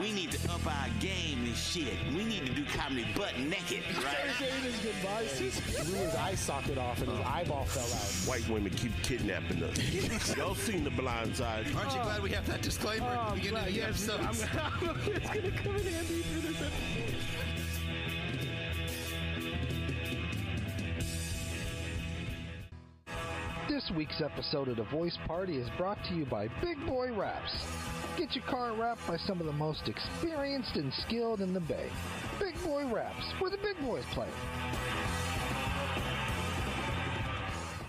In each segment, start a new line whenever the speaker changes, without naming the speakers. We need to up our game and shit. We need to do comedy butt naked,
He
right?
gave his goodbye. He blew his eye socket off and his eyeball fell out.
White women keep kidnapping us. Y'all seen the blind side.
Aren't you glad we have that disclaimer at the beginning of the episode?
it's gonna come in handy for this episode.
This week's episode of The Voice Party is brought to you by Big Boy Wraps. Get your car wrapped by some of the most experienced and skilled in the Bay. Big Boy Wraps, where the big boys play.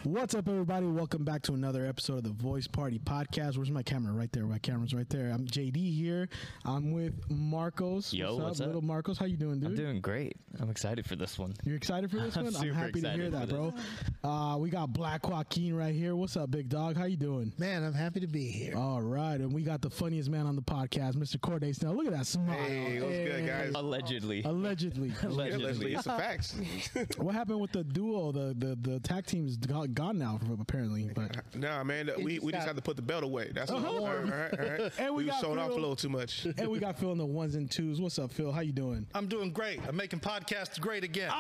What's up, everybody? Welcome back to another episode of the Voice Party Podcast. Where's my camera? Right there. My camera's right there. I'm JD here. I'm with Marcos.
Yo, what's up?
little Marcos? How you doing, dude?
I'm doing great. I'm excited for this one.
You're excited for this
I'm
one?
super
happy to hear that,
excited for
bro. Uh, we got Black Joaquin right here. What's up, big dog? How you doing?
Man, I'm happy to be here.
All right, and we got the funniest man on the podcast, Mr. Corday Snell. Look at that smile.
Hey, what's good, guys?
Allegedly.
Allegedly.
Yeah,
Allegedly.
Leslie, it's a fact.
what happened with the duo? The the, the tag team's go- gone now, apparently. But
Nah, man, that- we, we just had to put the belt away. That's what all right, all right.
And we
we
got
sold off a
grilled.
little too much.
and we got Phil in the ones and twos. What's up, Phil? How you doing?
I'm doing great. I'm making podcasts great again.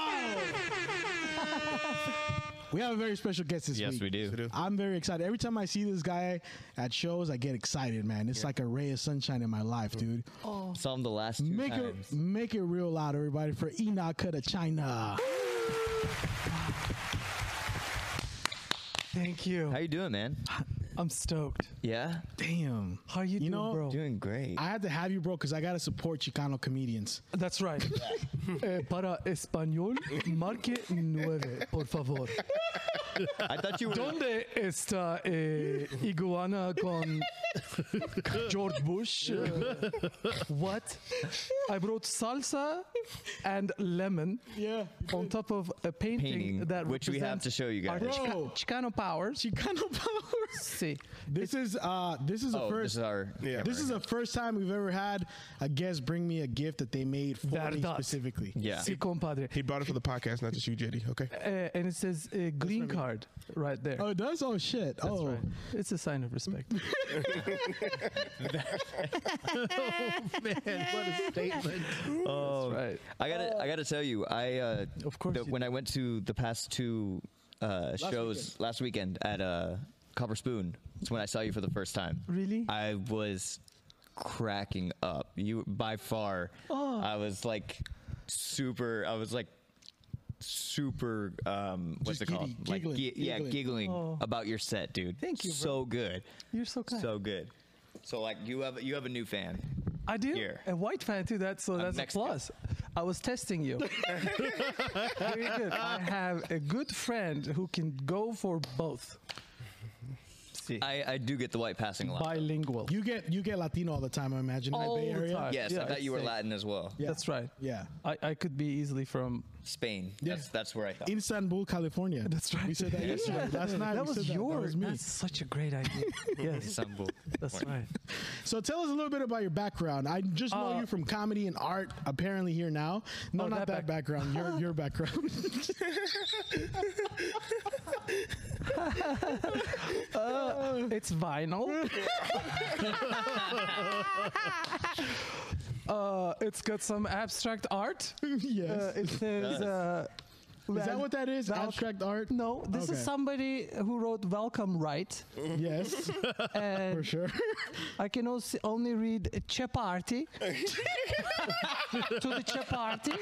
We have a very special guest this
Yes,
week.
we do.
do.
I'm very excited. Every time I see this guy at shows, I get excited, man. It's like a ray of sunshine in my life, dude.
Saw him the last two
Make
times.
it make it real loud, everybody, for Enoch Cut of China.
Thank you.
How you doing, man?
I'm stoked.
Yeah,
Damn.
How you,
You
doing,
know-
bro?
doing great.
I had to have you, bro, because I gotta support Chicano comedians.
That's right. Eh, para español, marque nueve, por favor.
I thought you were.
¿Dónde está eh, Iguana con George Bush? what? I brought salsa and lemon
Yeah.
on top of a painting,
Painting,
that
which we have
represents
to show you
our
guys.
Chica-
Bro.
Chicano powers.
Oh. Chicano powers.
Sí.
This is uh this is the
oh,
first
this is our.
Yeah.
This is the first time we've ever had a guest bring me a gift that they made for me
Verdad.
specifically.
Yeah.
Sí, compadre.
He brought it for the podcast, not just you, JD. Okay.
Eh, and it says eh, green card right there.
Oh, it does? Oh shit.
That's
oh.
right. It's a sign of respect.
Oh,
right.
I gotta. I gotta tell you. I. Uh,
Uh, Of course
the-
you
when I went to the past two uh, shows last weekend at uh, Copper Spoon, it's when I saw you for the first time.
Really?
I was cracking up. You by far.
Oh.
I was like super. I was like super um what's
Just
it called
giddy,
like
giggling,
gi- yeah
giggling.
giggling
Oh.
about your set dude
Thank you, bro.
so good
You're so kind.
so good so like you have you have a new fan
I do.
Here.
A white fan too. That so that's
Mexican.
a plus. I was testing you. Very good. I have a good friend who can go for both. See,
i i do get the white passing a lot
bilingual.
You get you get Latino all the time, I imagine,
All
in the Bay
the
Area.
time.
yes
Yeah,
i thought
I'd
you were
say.
latin as well
Yeah.
That's right.
Yeah.
I, I could be easily from.
spain that's that's where i thought
Istanbul, California.
That's right.
We said that yesterday. Last night
That
we
was
said
yours.
That was me.
That's such a great idea. yes.
Istanbul.
That's right.
So tell us a little bit about your background. I just know
Uh,
you from comedy and art. Apparently here now. No,
Oh,
not that,
that back-
background. Your your background.
It's vinyl. uh, it's got some abstract art. Uh,
yes.
it says. Uh,
is that what that is?
Val-
Abstract art.
No, this
Okay.
is somebody who wrote "Welcome Right,"
Yes, for
and
sure.
I can also only read "Cheparty" to the Cheparty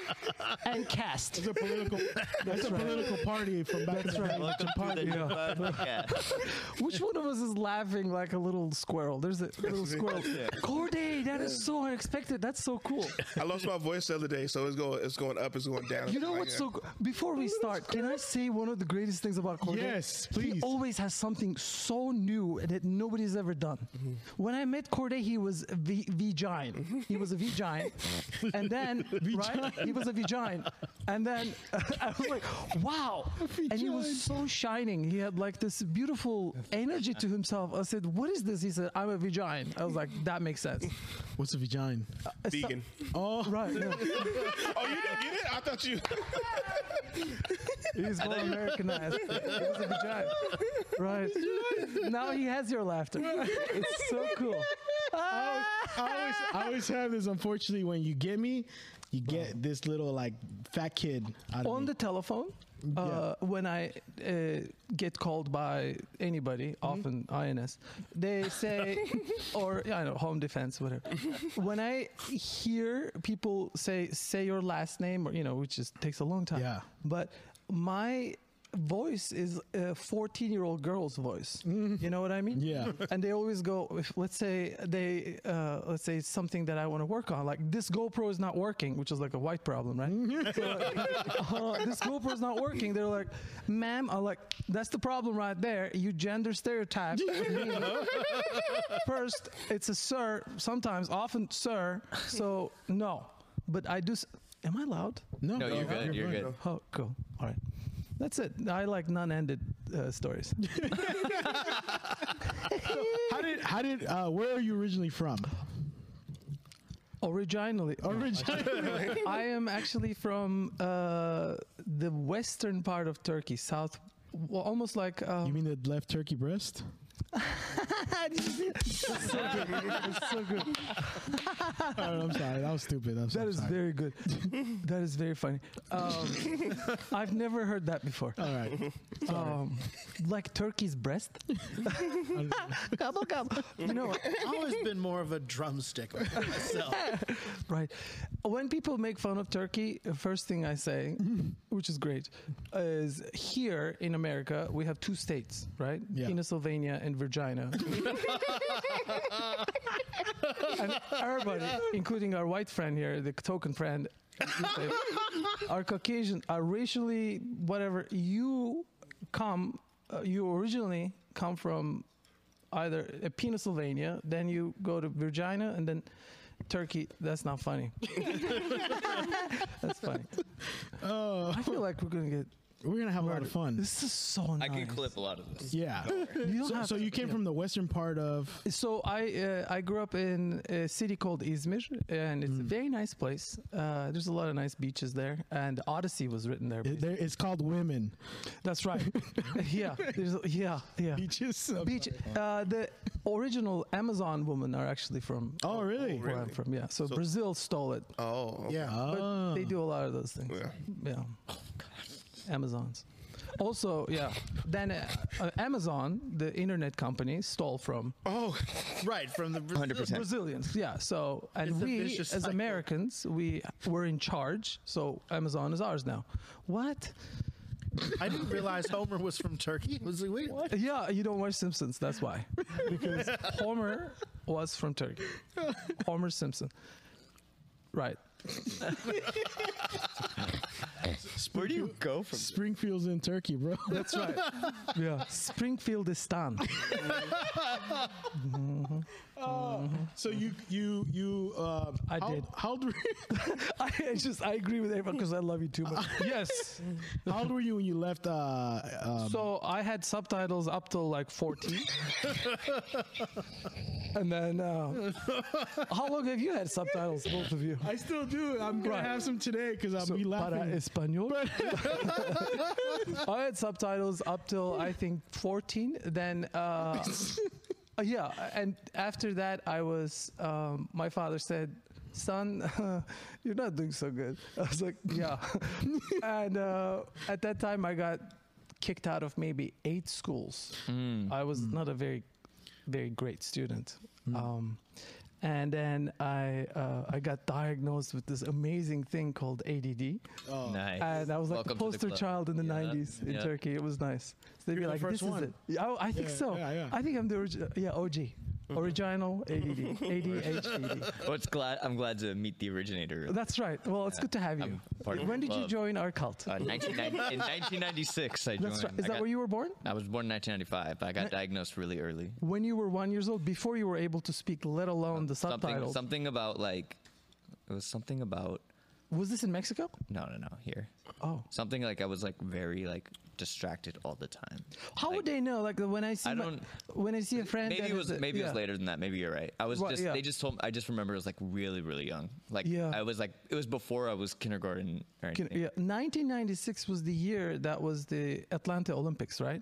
and cast.
It's a political. That's a political party from back. That's right.
Welcome to the
Yeah.
Dubai podcast.
Which one of us is laughing like a little squirrel? There's a little squirrel. Corday, that is so unexpected. That's so cool.
I lost my voice the other day, so it's going it's going up, it's going down.
You know what's so? Before we start, can I say one of the greatest things about Corday?
Yes,
He
please.
always has something so new that nobody's ever done.
Mm-hmm.
When I met Corday, he was a v- vagine. He was a vagine, and then right, he was a vagine, and then I was like, wow. And he was so shining. He had like this beautiful energy to himself. I said, what is this? He said, I'm a vagine. I was like, that makes sense.
What's a vagina?
vegan.
Oh,
Right. yeah.
Oh, you didn't get it? I thought you.
He's more Americanized. He was a vagina. Right. Now he has your laughter. It's so cool. I
I always, I always have this. Unfortunately, when you get me, you get this little like fat kid out
on
of
the telephone uh, when I uh, get called by anybody, often INS, they say, or yeah, I know home defense, whatever. when I hear people say say your last name, or you know, which just takes a long time.
Yeah.
But my voice is a 14 year old girl's voice you know what i mean
Yeah.
and they always go if, let's say they uh, let's say it's something that i want to work on like this gopro is not working which is like a white problem right uh, this GoPro's not working. They're like, ma'am, I'm like, that's the problem right there. You gender stereotype. me. First, it's a sir, sometimes, often sir. So, no. But I do. s- Am I loud?
no,
No, you're good. You're good.
Oh, cool. All right. That's it. I like non ended uh, stories.
How did, how did, uh, where are you originally from?
Originally,
Originally,
I am actually from uh, the western part of Turkey, south, well, almost like. Um,
you mean the left turkey breast? All right, I'm sorry, that was stupid. I'm so
That is
sorry.
very good. that is very funny. Um, I've never heard that before.
All right,
Um, like turkey's breast. gobble gobble. You know,
I've always been more of a drumstick myself.
right? When people make fun of Turkey, the first thing I say, which is great, is here in America we have two states, right?
Yeah.
Pennsylvania and Virginia. and everybody, including our white friend here, the token friend, our Caucasian, are racially whatever. You come, uh, you originally come from either uh, Pennsylvania, then you go to Virginia, and then Turkey. That's not funny. that's funny. I feel like we're gonna get.
we're gonna have Oh. a lot of fun.
This is so nice.
I can clip a lot of this.
Yeah.
don't
so,
have
so
to-
you came from the western part of
So I uh, I grew up in a city called Izmir, and
Mm.
it's a very nice place. Uh, there's a lot of nice beaches there, and Odyssey was written there.
It- there, it's called women
That's right. yeah, there's, yeah, yeah.
beaches.
Beach. Uh, the original Amazon women are actually from
Oh, really?
where I'm from. Yeah. So, Brazil stole it,
Oh, okay.
Yeah.
but
Ah.
they do a lot of those things.
Yeah.
Yeah. Amazons. Also, yeah. Then uh, uh, Amazon, the internet company, stole from
Oh,
Right, from the
Hundred percent.
Brazilians. Yeah. So, and
It's a
we, as
vicious cycle.
Americans, we were in charge. So Amazon is ours now. What?
I didn't realize Homer was from Turkey. I was like, wait, what?
Yeah, you don't watch Simpsons. That's why. Because Homer was from Turkey. Homer Simpson. Right.
Where do you go from?
Springfield's in Turkey, bro.
That's right. Yeah. Springfield is done.
so you you you um
I
how,
did.
How old, were you,
I just I agree with everyone because I love you too much. yes.
how old were you when you left? Uh, um,
So I had subtitles up till like 14. and then uh, how long have you had subtitles, both of you? uh,
I still do. I'm gonna
Right.
have some today uh, because I'll
So,
be
para
laughing.
español. I had subtitles up till I think 14. Then, uh, uh, yeah, and after that, I was. Um, my father said, "Son, you're not doing so good." I was like, "Yeah," and uh, at that time, I got kicked out of maybe eight schools. I was not a very, very great student. Um, and then I uh, I got diagnosed with this amazing thing called ADD,
Oh. Nice.
and I Uh, was like
Welcome to
the
the
poster
club.
child in the
Yeah.
'90s in
Yeah.
Turkey. It was nice. So they'd be
You're the
like,
first
"This is
one."
it." Yeah, oh, I, I think
Yeah,
so.
yeah, yeah.
I think I'm the original. Yeah, OG, original ADD, ADHD.
Well, it's glad I'm glad to meet the originator.
That's right. Well, it's good to have you.
I'm part of
When
the
did you
club.
join our cult?
Uh, 1990 in 1996, I joined.
That's right.
I
Is that
got-
where you were born?
I was born in 1995. but I got diagnosed really early.
When you were one years old, before you were able to speak, let alone the
Something,
subtitles.
something about like, it was something about
Was this in Mexico?
no, no, no. Here,
Oh,
something like I was like very like distracted all the time.
how
Like,
would they know? Like when I see
I
my-
don't-
when I see a friend.
Maybe
that
it was
is a-
maybe it
yeah.
was later than that. Maybe you're right. I was
Well,
just
yeah.
they just told I just remember it was like really really young. Like
Yeah.
I was like it was before I was kindergarten or
Can-
anything.
yeah, 1996 was the year that was the Atlanta Olympics, right?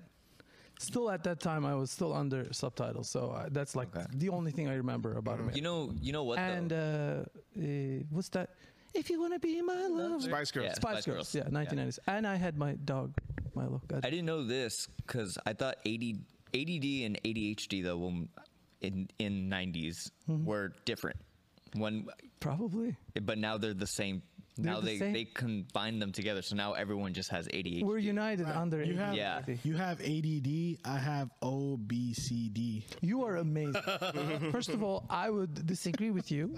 still at that time I was still under subtitles, so I, that's like the only thing I remember about him.
Mm-hmm. You know, you know what?
and
though?
uh, uh, what's that? If you wanna be my lover,
Spice Girls.
Yeah.
Spice,
Spice
Girls.
Girls.
yeah,
Yeah.
1990s. And I had my dog, Milo. God.
I didn't know this because I thought AD, ADD and ADHD though when in in 90s
Mm-hmm.
were different. When
Probably.
but now they're the same. now
the
they
same.
they combine them together, so now everyone just has ADHD.
We're united under
You have,
Yeah.
you have ADD. I have OBCD.
You are amazing. First of all, I would disagree with you,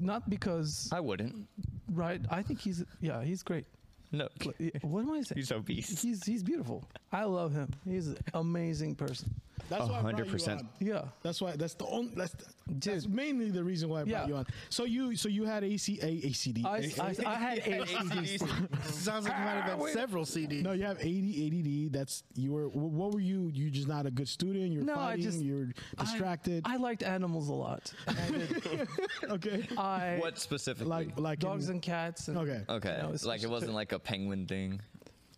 not because
Mm-hmm. I wouldn't.
right. I think he's yeah, he's great.
No,
Like, yeah, What am I saying?
He's obese.
He's he's beautiful. I love him. He's an amazing person.
That's why I brought you
100%.
on.
Yeah.
That's why. That's the only. That's, that's
Dude.
mainly the reason why I brought
Yeah.
you on. So you. So you had AC, a, ACD.
I, I, I had ADD.
Sounds like you might
Ah,
have had several CDs.
no, you have AD, ADD. That's you were. wh- What were you? You just not a good student. You're
No, I
fighting.
just
you're
I-
distracted.
I, liked animals a lot.
okay.
I
what specifically?
like like
dogs
in-
and cats. And,
Okay.
okay,
you know,
like it
especially-
wasn't like a penguin thing.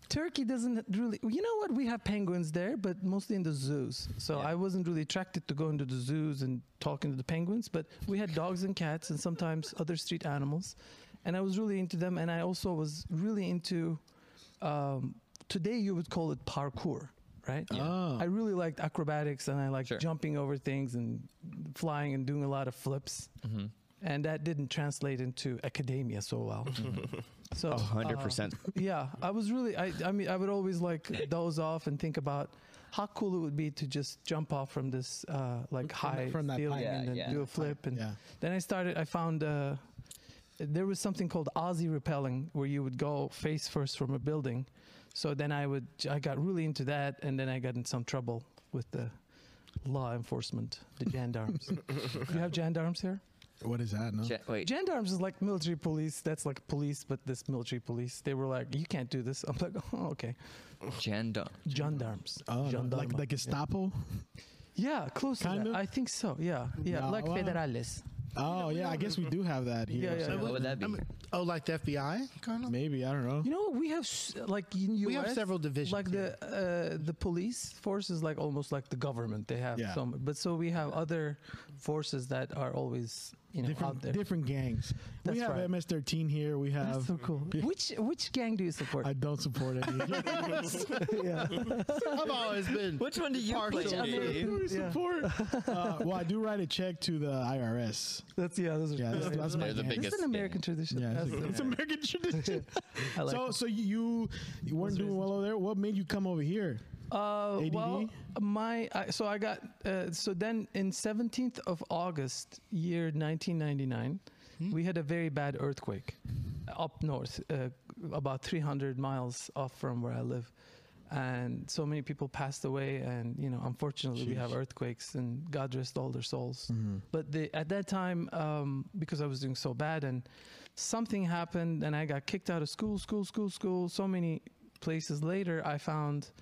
Turkey doesn't really. You know what? We have penguins there, but mostly in the zoos. So I wasn't really attracted to going to the zoos and talking to the penguins. But we had dogs and cats, and sometimes other street animals, and I was really into them. And I also was really into. Um, today you would call it parkour, right? I really liked acrobatics, and I liked
Sure.
jumping over things and flying and doing a lot of flips. And that didn't translate into academia so well. So uh,
Hundred percent.
Uh-huh.
yeah, I was really. I, I mean, I would always like doze off and think about how cool it would be to just jump off from this uh, like high
from that plane.
ceiling
Yeah,
and then
yeah.
do a flip. And
Yeah.
then I started. I found uh, there was something called Aussie rappelling, where you would go face first from a building. So then I would. I got really into that, and then I got in some trouble with the law enforcement, the gendarmes. you have gendarmes here?
What is that? No.
Wait,
Gendarmes is like military police. That's like police, but this military police. They were like, you can't do this. I'm like, oh, okay.
Jandar.
Gendarmes.
Oh, no,
Gendarme.
like like Gestapo.
yeah, close to
Kind
that.
of?
I think so. Yeah, yeah,
No,
like
well-
federales.
Oh yeah, I guess we do have that here.
Yeah, yeah,
so
yeah.
What would that be?
Oh, like the FBI, Colonel?
Maybe I don't know.
You know, what? we have s- like in US,
We have several divisions
Like the uh, the police force is like almost like the government. They have
Yeah.
some, but so we have other forces that are always you know out
different
there.
different gangs.
That's
we have
right.
MS13 here. We have.
That's so cool. Which which gang do you support?
I don't support any.
I've always been.
Which one do you play?
Partial to-
Dave?
Yeah.
uh, well, I do write a check to the IRS.
That's yeah. Those are,
Yeah, that's, that's my
They're the
gang.
biggest
It's an American tradition.
Yeah, it's,
That's-
a- it's American tradition.
I like
so, so you you weren't doing well over there. What made you come over here?
Uh,
ADD?
Well, my I, so I got uh, so then in 17th of August year 1999, we had a very bad earthquake up north, uh, about 300 miles off from where I live, and so many people passed away. And you know, unfortunately, we have earthquakes, and God rest all their souls. But the, at that time, um, because I was doing so bad, and something happened, and I got kicked out of school, school, school, school. So many places later, I found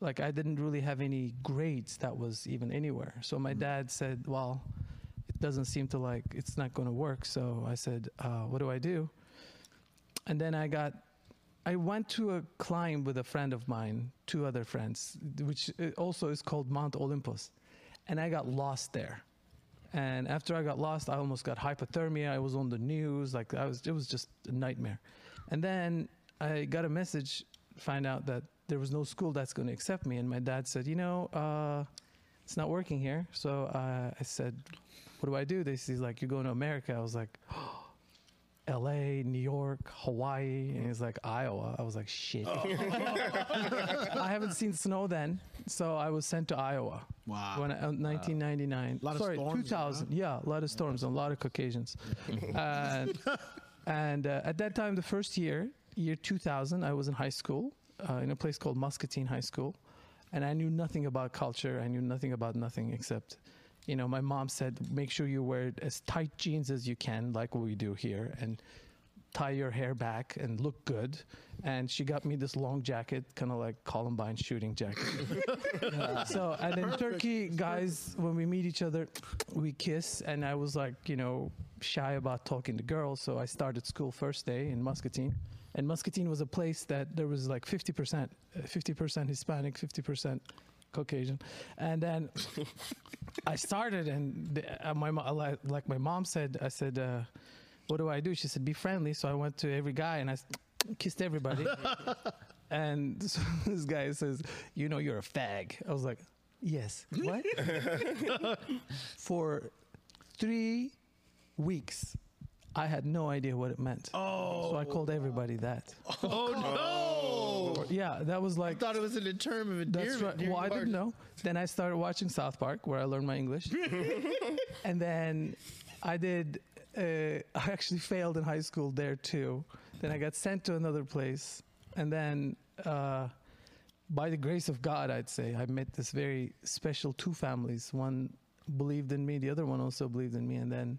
like I didn't really have any grades that was even anywhere. So my dad said, "Well, it doesn't seem to like it's not going to work." So I said, uh, "What do I do?" And then I got, I went to a climb with a friend of mine, two other friends, which uh, also is called Mount Olympus, and I got lost there. And after I got lost, I almost got hypothermia. I was on the news, like I was. It was just a nightmare. And then I got a message, find out that there was no school that's going to accept me. And my dad said, you know, uh, it's not working here. So uh, I said, what do I do? They he's like, you're going to America. I was like, "Oh, L.A., New York, Hawaii, and he's like Iowa. I was like, shit. I haven't seen snow then, so I was sent to Iowa.
Wow.
When I, uh, 1999.
Lot of
Sorry,
storms,
2000. Yeah, a lot of storms and a lot of Caucasians. and and uh, at that time, the first year, year 2000, I was in high school uh, in a place called Muscatine High School, and I knew nothing about culture. I knew nothing about nothing except. You know, my mom said, make sure you wear as tight jeans as you can, like what we do here. And tie your hair back and look good. And she got me this long jacket, kind of like Columbine shooting jacket. Yeah. So, and in Turkey, guys, when we meet each other, we kiss. And I was like, you know, shy about talking to girls. So I started school first day in Muscatine. And Muscatine was a place that there was like 50%, uh, 50% Hispanic, 50% Caucasian, and then I started, and the, uh, my mo- like- like my mom said, I said, uh, "What do I do?" She said, "Be friendly." So I went to every guy and I s- kissed everybody, and so this guy says, "You know, you're a fag." I was like, "Yes, what?" For three weeks. I had no idea what it meant. Oh. So I called everybody that.
Oh no!
Yeah, that was like
Thought it was in a term of endearment.
that's right.
during
Well, I
March.
didn't know. Then I started watching South Park, where I learned my English. and then I did. Uh, I actually failed in high school there too. Then I got sent to another place, and then. Uh, by the grace of God, I'd say I met this very special two families. One believed in me, the other one also believed in me, and then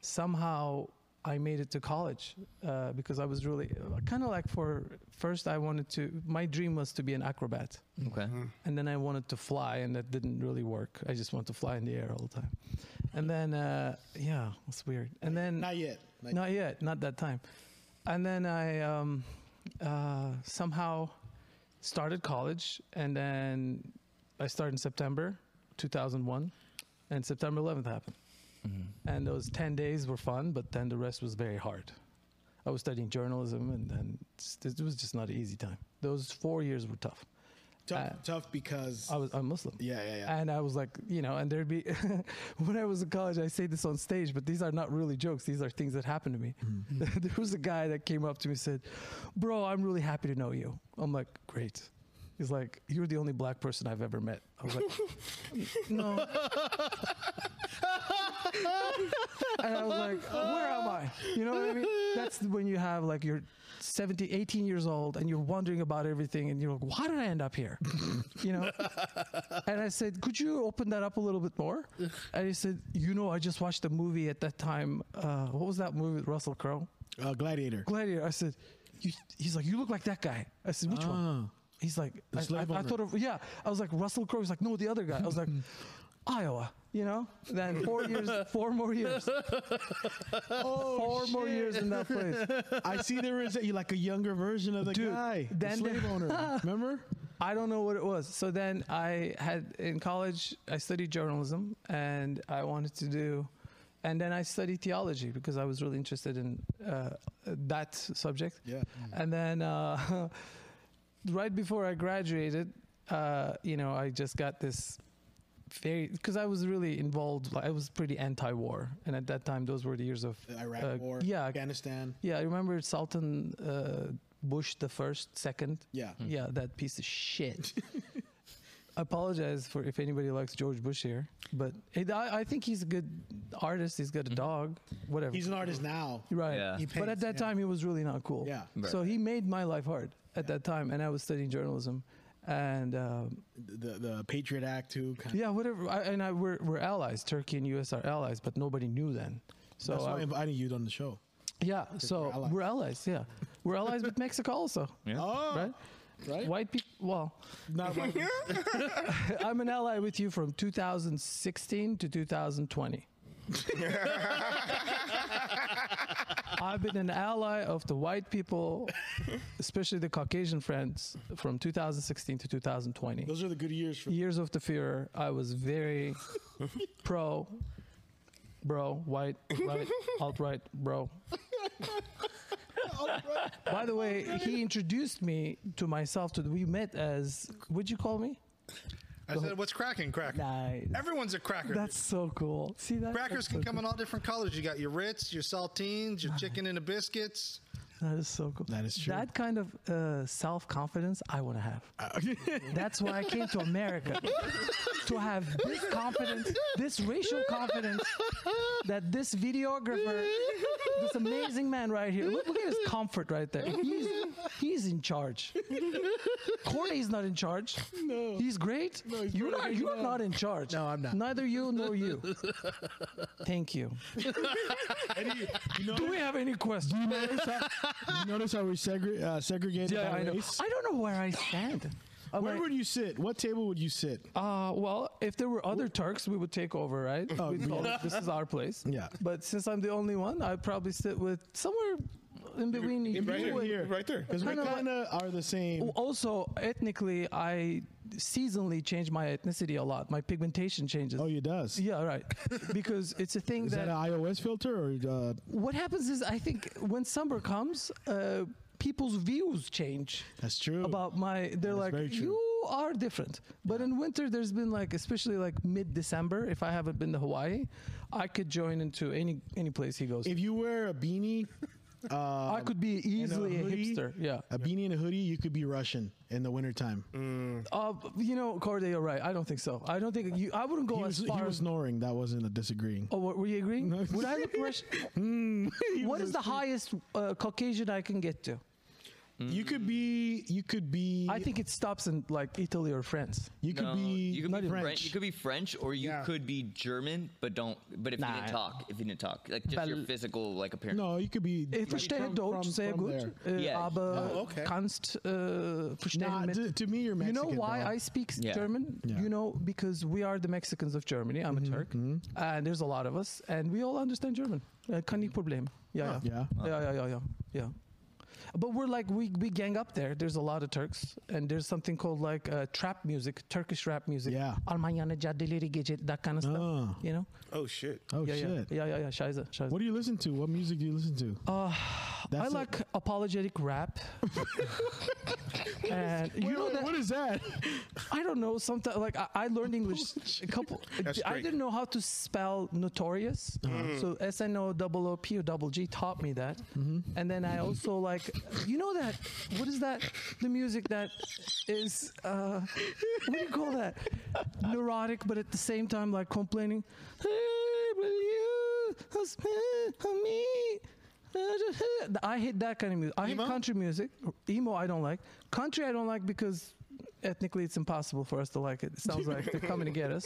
somehow I made it to college uh, because I was really kind of like for first I wanted to. My dream was to be an acrobat
Okay.
and then I wanted to fly, and that didn't really work. I just wanted to fly in the air all the time. And then, uh, yeah, it's weird. And then,
Not yet. Not
not yet, not that time. And then I um, uh, somehow started college, and then I started in September 2001, and September 11th happened.
Mm-hmm.
And those 10 days were fun, but then the rest was very hard. I was studying journalism, and then it's- it was just not an easy time. Those four years were tough. Uh,
Tough, Uh, tough because.
I was I'm Muslim.
Yeah, yeah, yeah.
And I was like, you know, and there'd be when I was in college, I say this on stage, but these are not really jokes. These are things that happened to me.
Mm-hmm.
there was a guy that came up to me and said, "Bro, I'm really happy to know you." I'm like, "Great." He's like, "You're the only black person I've ever met." I was like, "No." and I was like, "Oh, "Where am I?" You know what I mean? That's when you have like you're 17, 18 years old, and you're wondering about everything, and you're like, "Why did I end up here?" you know. And I said, "Could you open that up a little bit more?" And he said, "You know, I just watched a movie at that time. Uh, what was that movie with Russell Crowe?
Uh, Gladiator.
Gladiator." I said, you, "He's like, you look like that guy." I said, "Which one?" He's like, I, I,
Ah. slave
I
owner.
thought of yeah." I was like, "Russell Crowe." He's like, "No, the other guy." I was like, "Iowa." You know, then four years, four more years,
Oh,
four more years in that place.
I see there is a, like a younger version of the
Dude,
guy, the
then-
slave owner. Remember?
I don't know what it was. So then I had in college, I studied journalism and I wanted to do, and then I studied theology because I was really interested in uh, that subject.
Yeah. Mm.
And then uh, right before I graduated, uh, you know, I just got this very, because I was really involved, like, I was pretty anti war. And at that time, those were the years of
The Iraq
uh,
War.
Yeah.
Afghanistan.
Yeah. I remember Sultan uh, Bush the first, second.
Yeah.
Yeah, that piece of shit. Apologize for if anybody likes George Bush here, but it, I, I think he's a good artist. He's got a dog, whatever.
He's an artist now.
right.
Yeah. He
but at
paints,
that
yeah.
time, he was really not cool.
Yeah.
So he made my life hard at that time, and I was studying journalism, and um,
The the Patriot Act too. Kind
yeah, whatever. I, and I we're, we're allies. Turkey and U.S. are allies, but nobody knew then. So
That's why I
I-
invited you on the show.
yeah, so we're
allies.
allies. Yeah, we're allies with Mexico also.
Yeah.
Oh,
Right.
right.
White people. Well,
Not like-
I'm an ally with you from 2016 to 2020. I've been an ally of the white people, especially the Caucasian friends, from 2016 to 2020.
those are the good years for
Years of the Fuhrer, I was very pro, bro, white, right, alt right, bro. By the way, he introduced me to myself. To we met as would you call me?
I said, what's cracking, cracker?
Nice.
Everyone's a cracker.
That's so cool. See that?
Crackers can come in all different colors. You got your Ritz, your saltines, your chicken and the biscuits.
That is so cool.
That is true.
That kind of uh, self confidence I want to have. That's why I came to America to have this confidence, this racial confidence that this videographer, this amazing man right here. Look, look at his comfort right there. He's he's in charge. Cordy's not in charge. No, he's great. No,
he's
you
great.
are you are
Yeah.
not in charge.
No, I'm not.
Neither you nor you. Thank you. Do we have any questions?
You notice how, you notice how we segre- uh, segregated
Yeah,
by
I know.
race?
I don't know where I stand. I'm
Where
like,
would you sit? What table would you sit?
uh, well, if there were other Turks, we would take over, right?
Oh,
We'd
yeah.
call it, this is our place.
Yeah.
But since I'm the only one, I'd probably sit with somewhere in between. you
right
and-
here, right there.
Because we
Kinda like-
kind of are the same.
Also, ethnically, I seasonally change my ethnicity a lot. My pigmentation changes.
Oh, it does.
Yeah, right. because it's a thing
Is that, an iOS filter or uh,
what happens is I think when summer comes, uh, people's views change.
That's true.
About my, they're
That's
like
very true.
you are different. But in winter, there's been like, especially like mid-December, if I haven't been to Hawaii, I could join into any any place he goes.
if you wear a beanie? Uh,
I could be
and
easily a,
hoodie- Uh,
hipster. Yeah.
A beanie and a hoodie, you could be Russian in the wintertime.
Uh, you know, Corday, you're right. I don't think so. I don't think you. I wouldn't go
he, was,
as
he
far.
was
as,
snoring. That wasn't a disagreeing.
oh, what, were you agreeing? Would I look Russian?
Hmm.
what is the highest uh, Caucasian I can get to?
You could be. You could be.
I think it stops in like Italy or France.
you could
No,
be.
you could
not
be French.
French.
You could be French, or you
Yeah.
could be German, but don't. But if you
Nah.
didn't talk, if you didn't talk, like just your
Bel-
physical like appearance.
no, you could be.
Ich verstehe
from-
Deutsch
from-
sehr
from
gut,
there.
äh,
Yeah.
aber
Oh, okay.
kannst äh, verstehen
Nah,
mit-
to, to me, you're
You
Mexican.
know why
dog.
I speak s-
Yeah.
German?
Yeah. Mm-hmm,
You know because we are the Mexicans of Germany. I'm a Turk, and there's a lot of us, and we all understand German. Uh, kann ich Problem? Yeah, yeah,
Yeah.
yeah, yeah, yeah, yeah, yeah. But we're like we we gang up there. There's a lot of Turks, and there's something called like uh, trap music, Turkish rap music.
Yeah.
Almanyana caddeleri gece, that kind of stuff.
Ah.
You know?
Oh shit.
Oh
yeah,
shit.
yeah, yeah, yeah, yeah. Scheiße, scheiße.
What do you listen to? What music do you listen to?
Oh,
Uh,
I like apologetic rap. and you know that
what is that?
I don't know. Sometimes, like I, I learned English a couple.
That's
I
great.
didn't know how to spell notorious, so S N O double O P O double G taught me that. And then I also like, you know that what is that? The music that is uh, what do you call that? Neurotic, but at the same time like complaining. Hey, will you hus- me? I hate that kind of music. I hate country music. Emo, I don't like. Country, I don't like because ethnically it's impossible for us to like it. It sounds like they're coming to get us.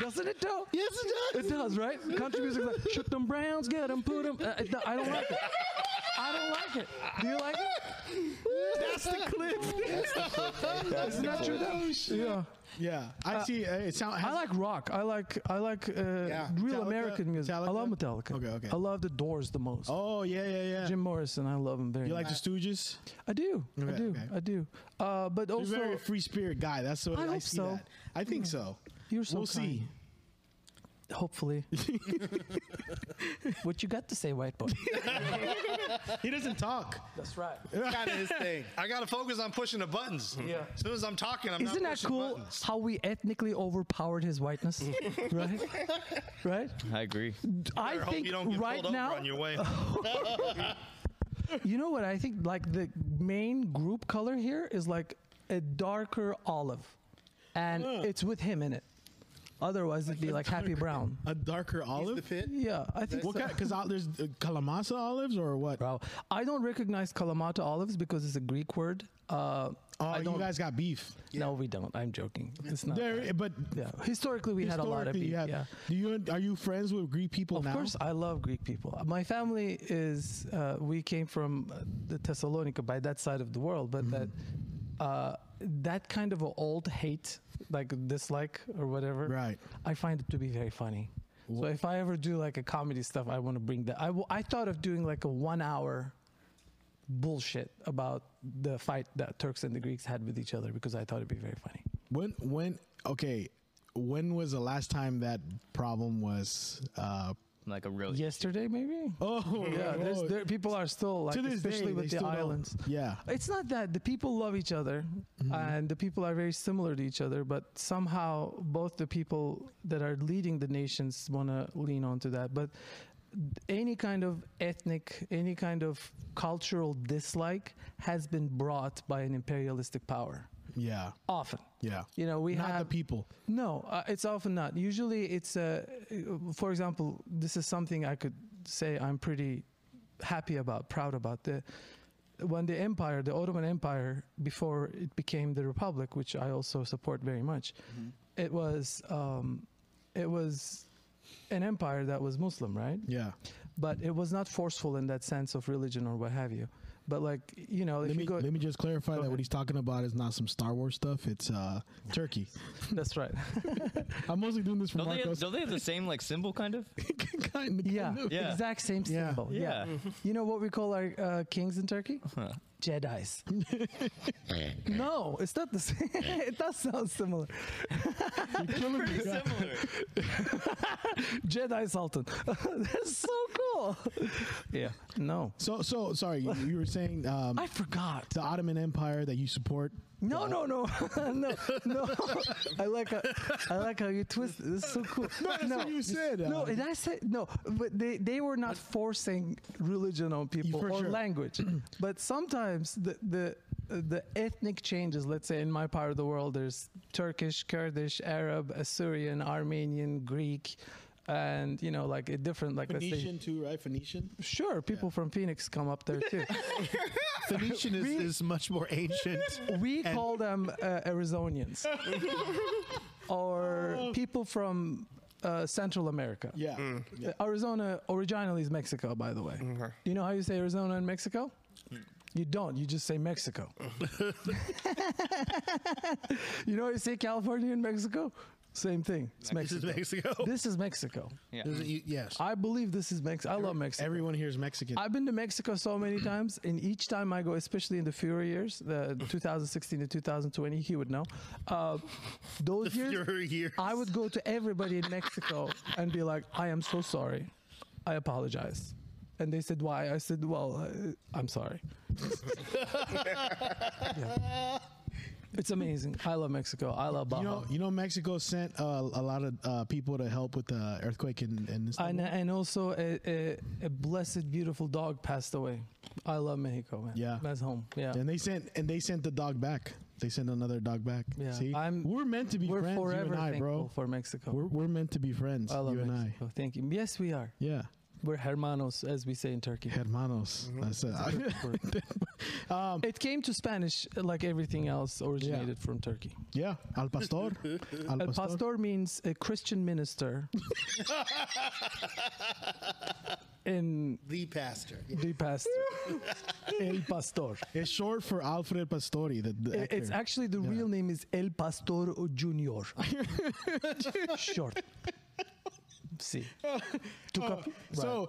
Doesn't it though? Yes, it does. It does, right? Country music, like, shoot them Browns, get them, put them. I don't like it. I don't like it. Do you like it? That's the clip. Isn't that true? Though? Yeah.
Yeah, I see. Uh, it sound, has,
I like rock. I like I like uh, real
Metallica?
American music. I love
Metallica?
Metallica.
Okay, okay.
I love the Doors the most.
Oh yeah, yeah, yeah.
Jim Morrison, I love him very.
you
much.
like the Stooges?
I do.
Okay,
I do.
okay.
I do. Uh, but
You're a
also,
very free spirit guy. That's what
I
I,
hope
see.
so. Hmm.
That. I think so.
You're so
We'll see.
kind. hopefully, what you got to say, white boy?
He doesn't talk.
That's right.
kind of his thing.
I gotta focus on pushing the buttons.
Yeah.
As soon as I'm talking, I'm
Isn't
not
that
pushing
cool?
buttons.
How we ethnically overpowered his whiteness, right? Right.
I agree.
I
hope
think
you don't get
right
pulled
now,
over on your way.
you know what I think? Like the main group color here is like a darker olive, and it's with him in it. Otherwise, it'd be like happy brown.
A darker
The
olive.
pit.
Yeah, I think
What
so.
kind? Because there's uh, Kalamasa olives or what?
Bro, I don't recognize Kalamata olives because it's a Greek word. Uh,
Oh,
I
you
don't.
guys got beef.
No, we don't. I'm joking. It's not.
There, but
Yeah. Historically, we had a lot of
historically,
beef.
you have-
Yeah.
Do you are you friends with Greek people
Of
now?
course, I love Greek people. My family is, uh, we came from uh, the Thessalonica by that side of the world, but
Mm-hmm.
that, uh, that kind of a old hate, like dislike or whatever,
Right.
I find it to be very funny. So if I ever do like a comedy stuff, I want to bring that. I w- I thought of doing like a one hour bullshit about the fight that Turks and the Greeks had with each other because I thought it'd be very funny.
When when okay, when was the last time that problem was? Uh,
Like a really.
Yesterday, maybe.
oh
Yeah, there's,
oh,
there, people are still like,
To this day,
especially with
they
the
still don't-
islands.
yeah. Mm-hmm.
it's not that the people love each other, and the people are very similar to each other. But somehow, both the people that are leading the nations want to lean onto that. But any kind of ethnic, any kind of cultural dislike has been brought by an imperialistic power.
yeah,
Often,
yeah.
you know, we
Not
have
the people.
no, uh, it's often not. Usually, it's a. For example, this is something I could say I'm pretty happy about, proud about. The when the empire, the Ottoman Empire, before it became the republic, which I also support very much,
Mm-hmm.
it was um, it was an empire that was Muslim, right?
Yeah,
But it was not forceful in that sense of religion or what have you. But like you know, if
let
you
me
go,
let me just clarify that
ahead.
what he's talking about is not some Star Wars stuff. It's uh, Turkey.
that's right.
I'm mostly doing this for
Don't they, have,
Marcos.
don't they have the same like symbol kind of?
Kind of,
Yeah,
kind of.
Yeah.
exact same
Yeah.
symbol.
Yeah.
Yeah. You know what we call our uh, kings in Turkey? Jedi's. no, it's not the same. it does sound similar.
Pretty similar.
Jedi Sultan. That's so cool. yeah. No.
So, so sorry. You, you were saying um,
I forgot.
the Ottoman Empire that you support.
No, no, no, no, no. I like how, I like how you twist. it. This is so cool. No,
that's what you said,
No,
Alan.
and I said no, but they they were not forcing religion on people
for
or
sure.
language. but sometimes the the uh, the ethnic changes. Let's say in my part of the world, there's Turkish, Kurdish, Arab, Assyrian, Armenian, Greek. And you know, like a different, like let's say,
Phoenician too, right? Phoenician.
sure, people from Phoenix come up there too.
Phoenician is,
Really?
is much more ancient.
We
And-
call them uh, Arizonians or people from uh, Central America.
Yeah.
Uh, Arizona originally is Mexico, by the way.
Mm-hmm.
Do you know how you say Arizona in Mexico? You don't. You just say Mexico. you know how you say California in Mexico? Same thing. It's
This is
Mexico.
Mexico.
This is Mexico.
This is- yes.
I believe this is Mexico. I love Mexico.
Everyone here is Mexican.
I've been to Mexico so many times, and each time I go, especially in the Fury years, the 2016 to 2020, he would know. Uh, those years,
Fury years.
I would go to everybody in Mexico and be like, "I am so sorry, I apologize," and they said, "Why?" I said, "Well, uh, I'm sorry." Yeah. It's amazing. I love Mexico. I love Baja.
you know, you know, Mexico sent uh, a lot of uh, people to help with the uh, earthquake in, in this.
and, and also a, a, a blessed, beautiful dog passed away. I love Mexico, man.
Yeah.
that's home. Yeah,
And they sent and they sent the dog back. They sent another dog back.
Yeah,
See,
I'm-
we're meant to be
we're
friends, you
forever
and I,
thankful
bro.
for Mexico.
We're we're meant to be friends,
I love
you and
Mexico.
I.
Thank you. Yes, we are.
Yeah,
We're hermanos, as we say in Turkey.
hermanos. That's it.
It came to Spanish uh, like everything else originated from Turkey.
Um, yeah, al pastor. Al
El
pastor.
pastor means a Christian minister. in
The pastor.
the pastor. El pastor.
It's short for Alfred Pastori. The, the
I- It's
actor.
actually the real name is El Pastor Junior. Short. See. To copy.
Oh, so.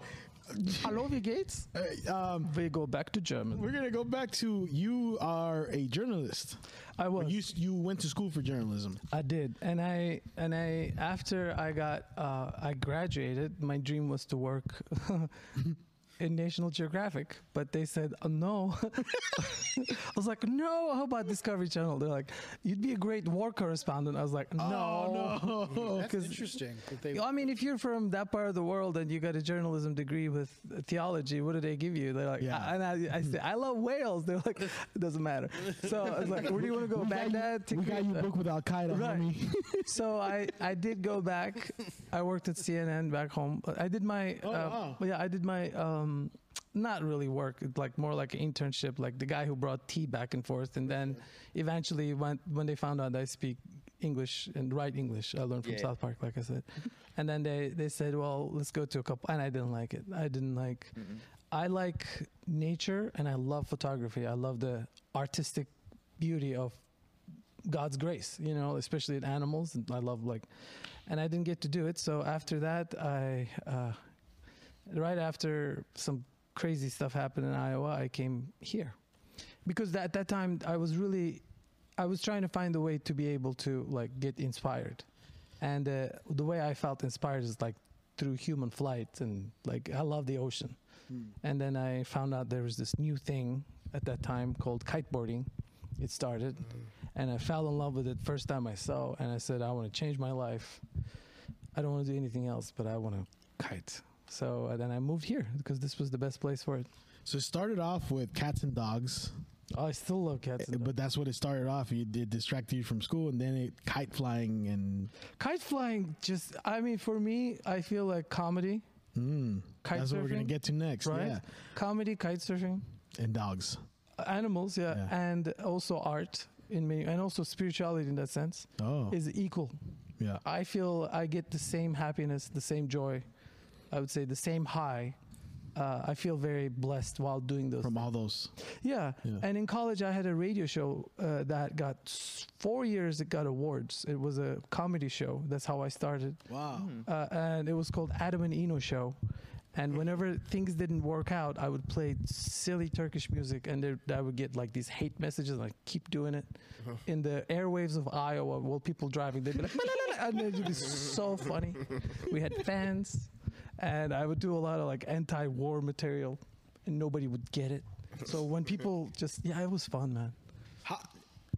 I love you, Gates.
Um,
We go back to German.
we're gonna go back to you are a journalist.
I
Or
was.
You s- you went to school for journalism.
I did, and I and I after I got uh, I graduated, my dream was to work in National Geographic, but they said uh no. I was like, no. How about Discovery Channel? They're like, you'd be a great war correspondent. I was like,
Oh,
no, no.
That's interesting. That they,
I mean, if you're from that part of the world and you got a journalism degree with theology, what do they give you? They're like,
Yeah. Mm-hmm.
I, and I, I say, I love whales. They're like, it doesn't matter. So I was like, where do you want to go?
We got you-
Baghdad?
We got you
Tikrit?
booked with Al Qaeda,
Right.
homie.
so I, I did go back. I worked at CNN back home. I did my oh,
wow.
yeah I did my um not really work it's like more like an internship like the guy who brought tea back and forth and then eventually when when they found out I speak English and write English I learned from
Yeah.
South Park like I said and then they they said well let's go to a couple and I didn't like it I didn't like I like nature and I love photography I love the artistic beauty of God's grace, you know, especially in animals. And I love like, and I didn't get to do it. So after that, I, uh, right after some crazy stuff happened in Iowa, I came here because that, at that time I was really, I was trying to find a way to be able to like get inspired. And uh, the way I felt inspired is like through human flight and like, I love the ocean.
Hmm.
And then I found out there was this new thing at that time called kiteboarding. It started,
Hmm.
and I fell in love with it first time I saw. And I said, I want to change my life. I don't want to do anything else, but I want to kite. So uh, then I moved here because this was the best place for it. Oh,
So it started off with cats and dogs,
I still love cats. and
Eh, but that's what it started off. You it distracted you from school, and then it kite flying and
Kite flying, just I mean, for me, I feel like comedy, kite
Hmm. that's
surfing,
what we're gonna get to next.
right?
Yeah,
Comedy, kite surfing,
and dogs.
animals, yeah,
Yeah.
and also art in many, and also spirituality in that sense
Oh,
is equal.
yeah.
I feel I get the same happiness, the same joy, I would say the same high. Uh, I feel very blessed while doing those.
From all those,
Yeah.
Yeah.
And in college, I had a radio show uh, that got s- four years. It got awards. It was
Mm-hmm.
a comedy show. That's how I started. Wow. Uh, and it was called Adam and Eno Show. And whenever things didn't work out, I would play silly Turkish music, and there, I would get like these hate messages, like "keep doing it."
Uh-huh.
In the airwaves of Iowa, while people driving, they'd be like, "La, la, la, la," and it'd be so funny. We had fans, and I would do a lot of like anti-war material, and nobody would get it. So when people just, yeah, it was fun, man.
How,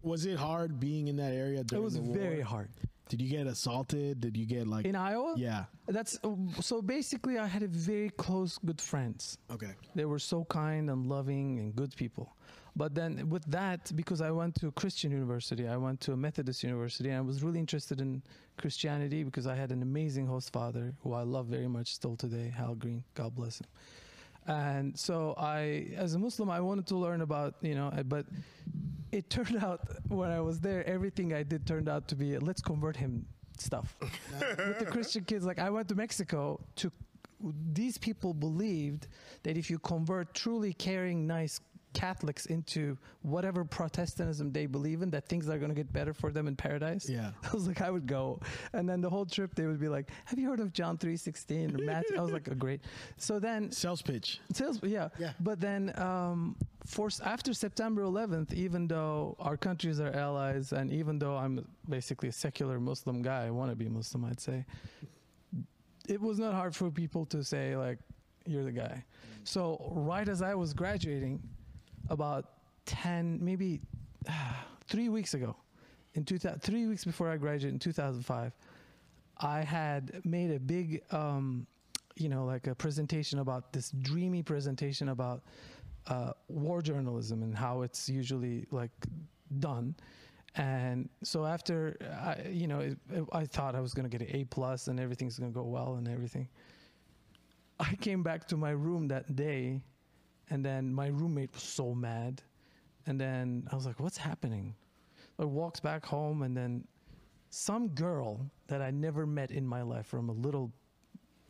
was it hard being in that area?
It
During
was
the war?
very hard.
Did you get assaulted? Did you get like
In Iowa?
Yeah.
That's so basically I had a very close good friends.
Okay.
They were so kind and loving and good people. But then with that because I went to a Christian university, I went to a Methodist university and I was really interested in Christianity because I had an amazing host father who I love very much still today, Hal Green. God bless him. And so I as a Muslim I wanted to learn about, you know, uh, but it turned out when I was there everything I did turned out to be a let's convert him stuff with the Christian kids. Like I went to Mexico to these people believed that if you convert truly caring, nice Catholics into whatever Protestantism they believe in, that things are going to get better for them in paradise.
Yeah.
I was like, I would go, and then the whole trip they would be like, Have you heard of John three sixteen or Matthew? I was like, oh, Great. So then
Sales pitch.
Sales, yeah.
Yeah.
But then, um, for after September 11th, even though our countries are allies, and even though I'm basically a secular Muslim guy, I want to be Muslim, I'd say, it was not hard for people to say like, "You're the guy." So right as I was graduating, about ten, maybe three weeks ago, in two thousand, three weeks before I graduated in 2005, I had made a big, um, you know, like a presentation about this dreamy presentation about uh, war journalism and how it's usually like done. And so after, I, you know, it, it- I thought I was going to get an A plus and everything's going to go well and everything. I came back to my room that day, and then my roommate was so mad. And then I was like, "What's happening?" I walked back home, and then some girl that I never met in my life from a little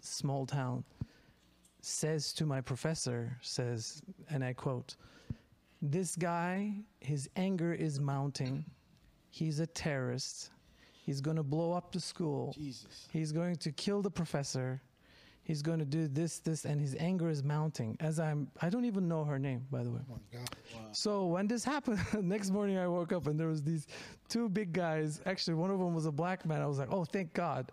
small town says to my professor, says, and I quote, "This guy, his anger is mounting. He's a terrorist. He's going to blow up the school. He's going to kill the professor." He's going to do this, this, and his anger is mounting. As I'm, I don't even know her name, by the way. So when this happened, next morning I woke up and there was these two big guys. Actually, one of them was a black man. I was like, oh, thank God.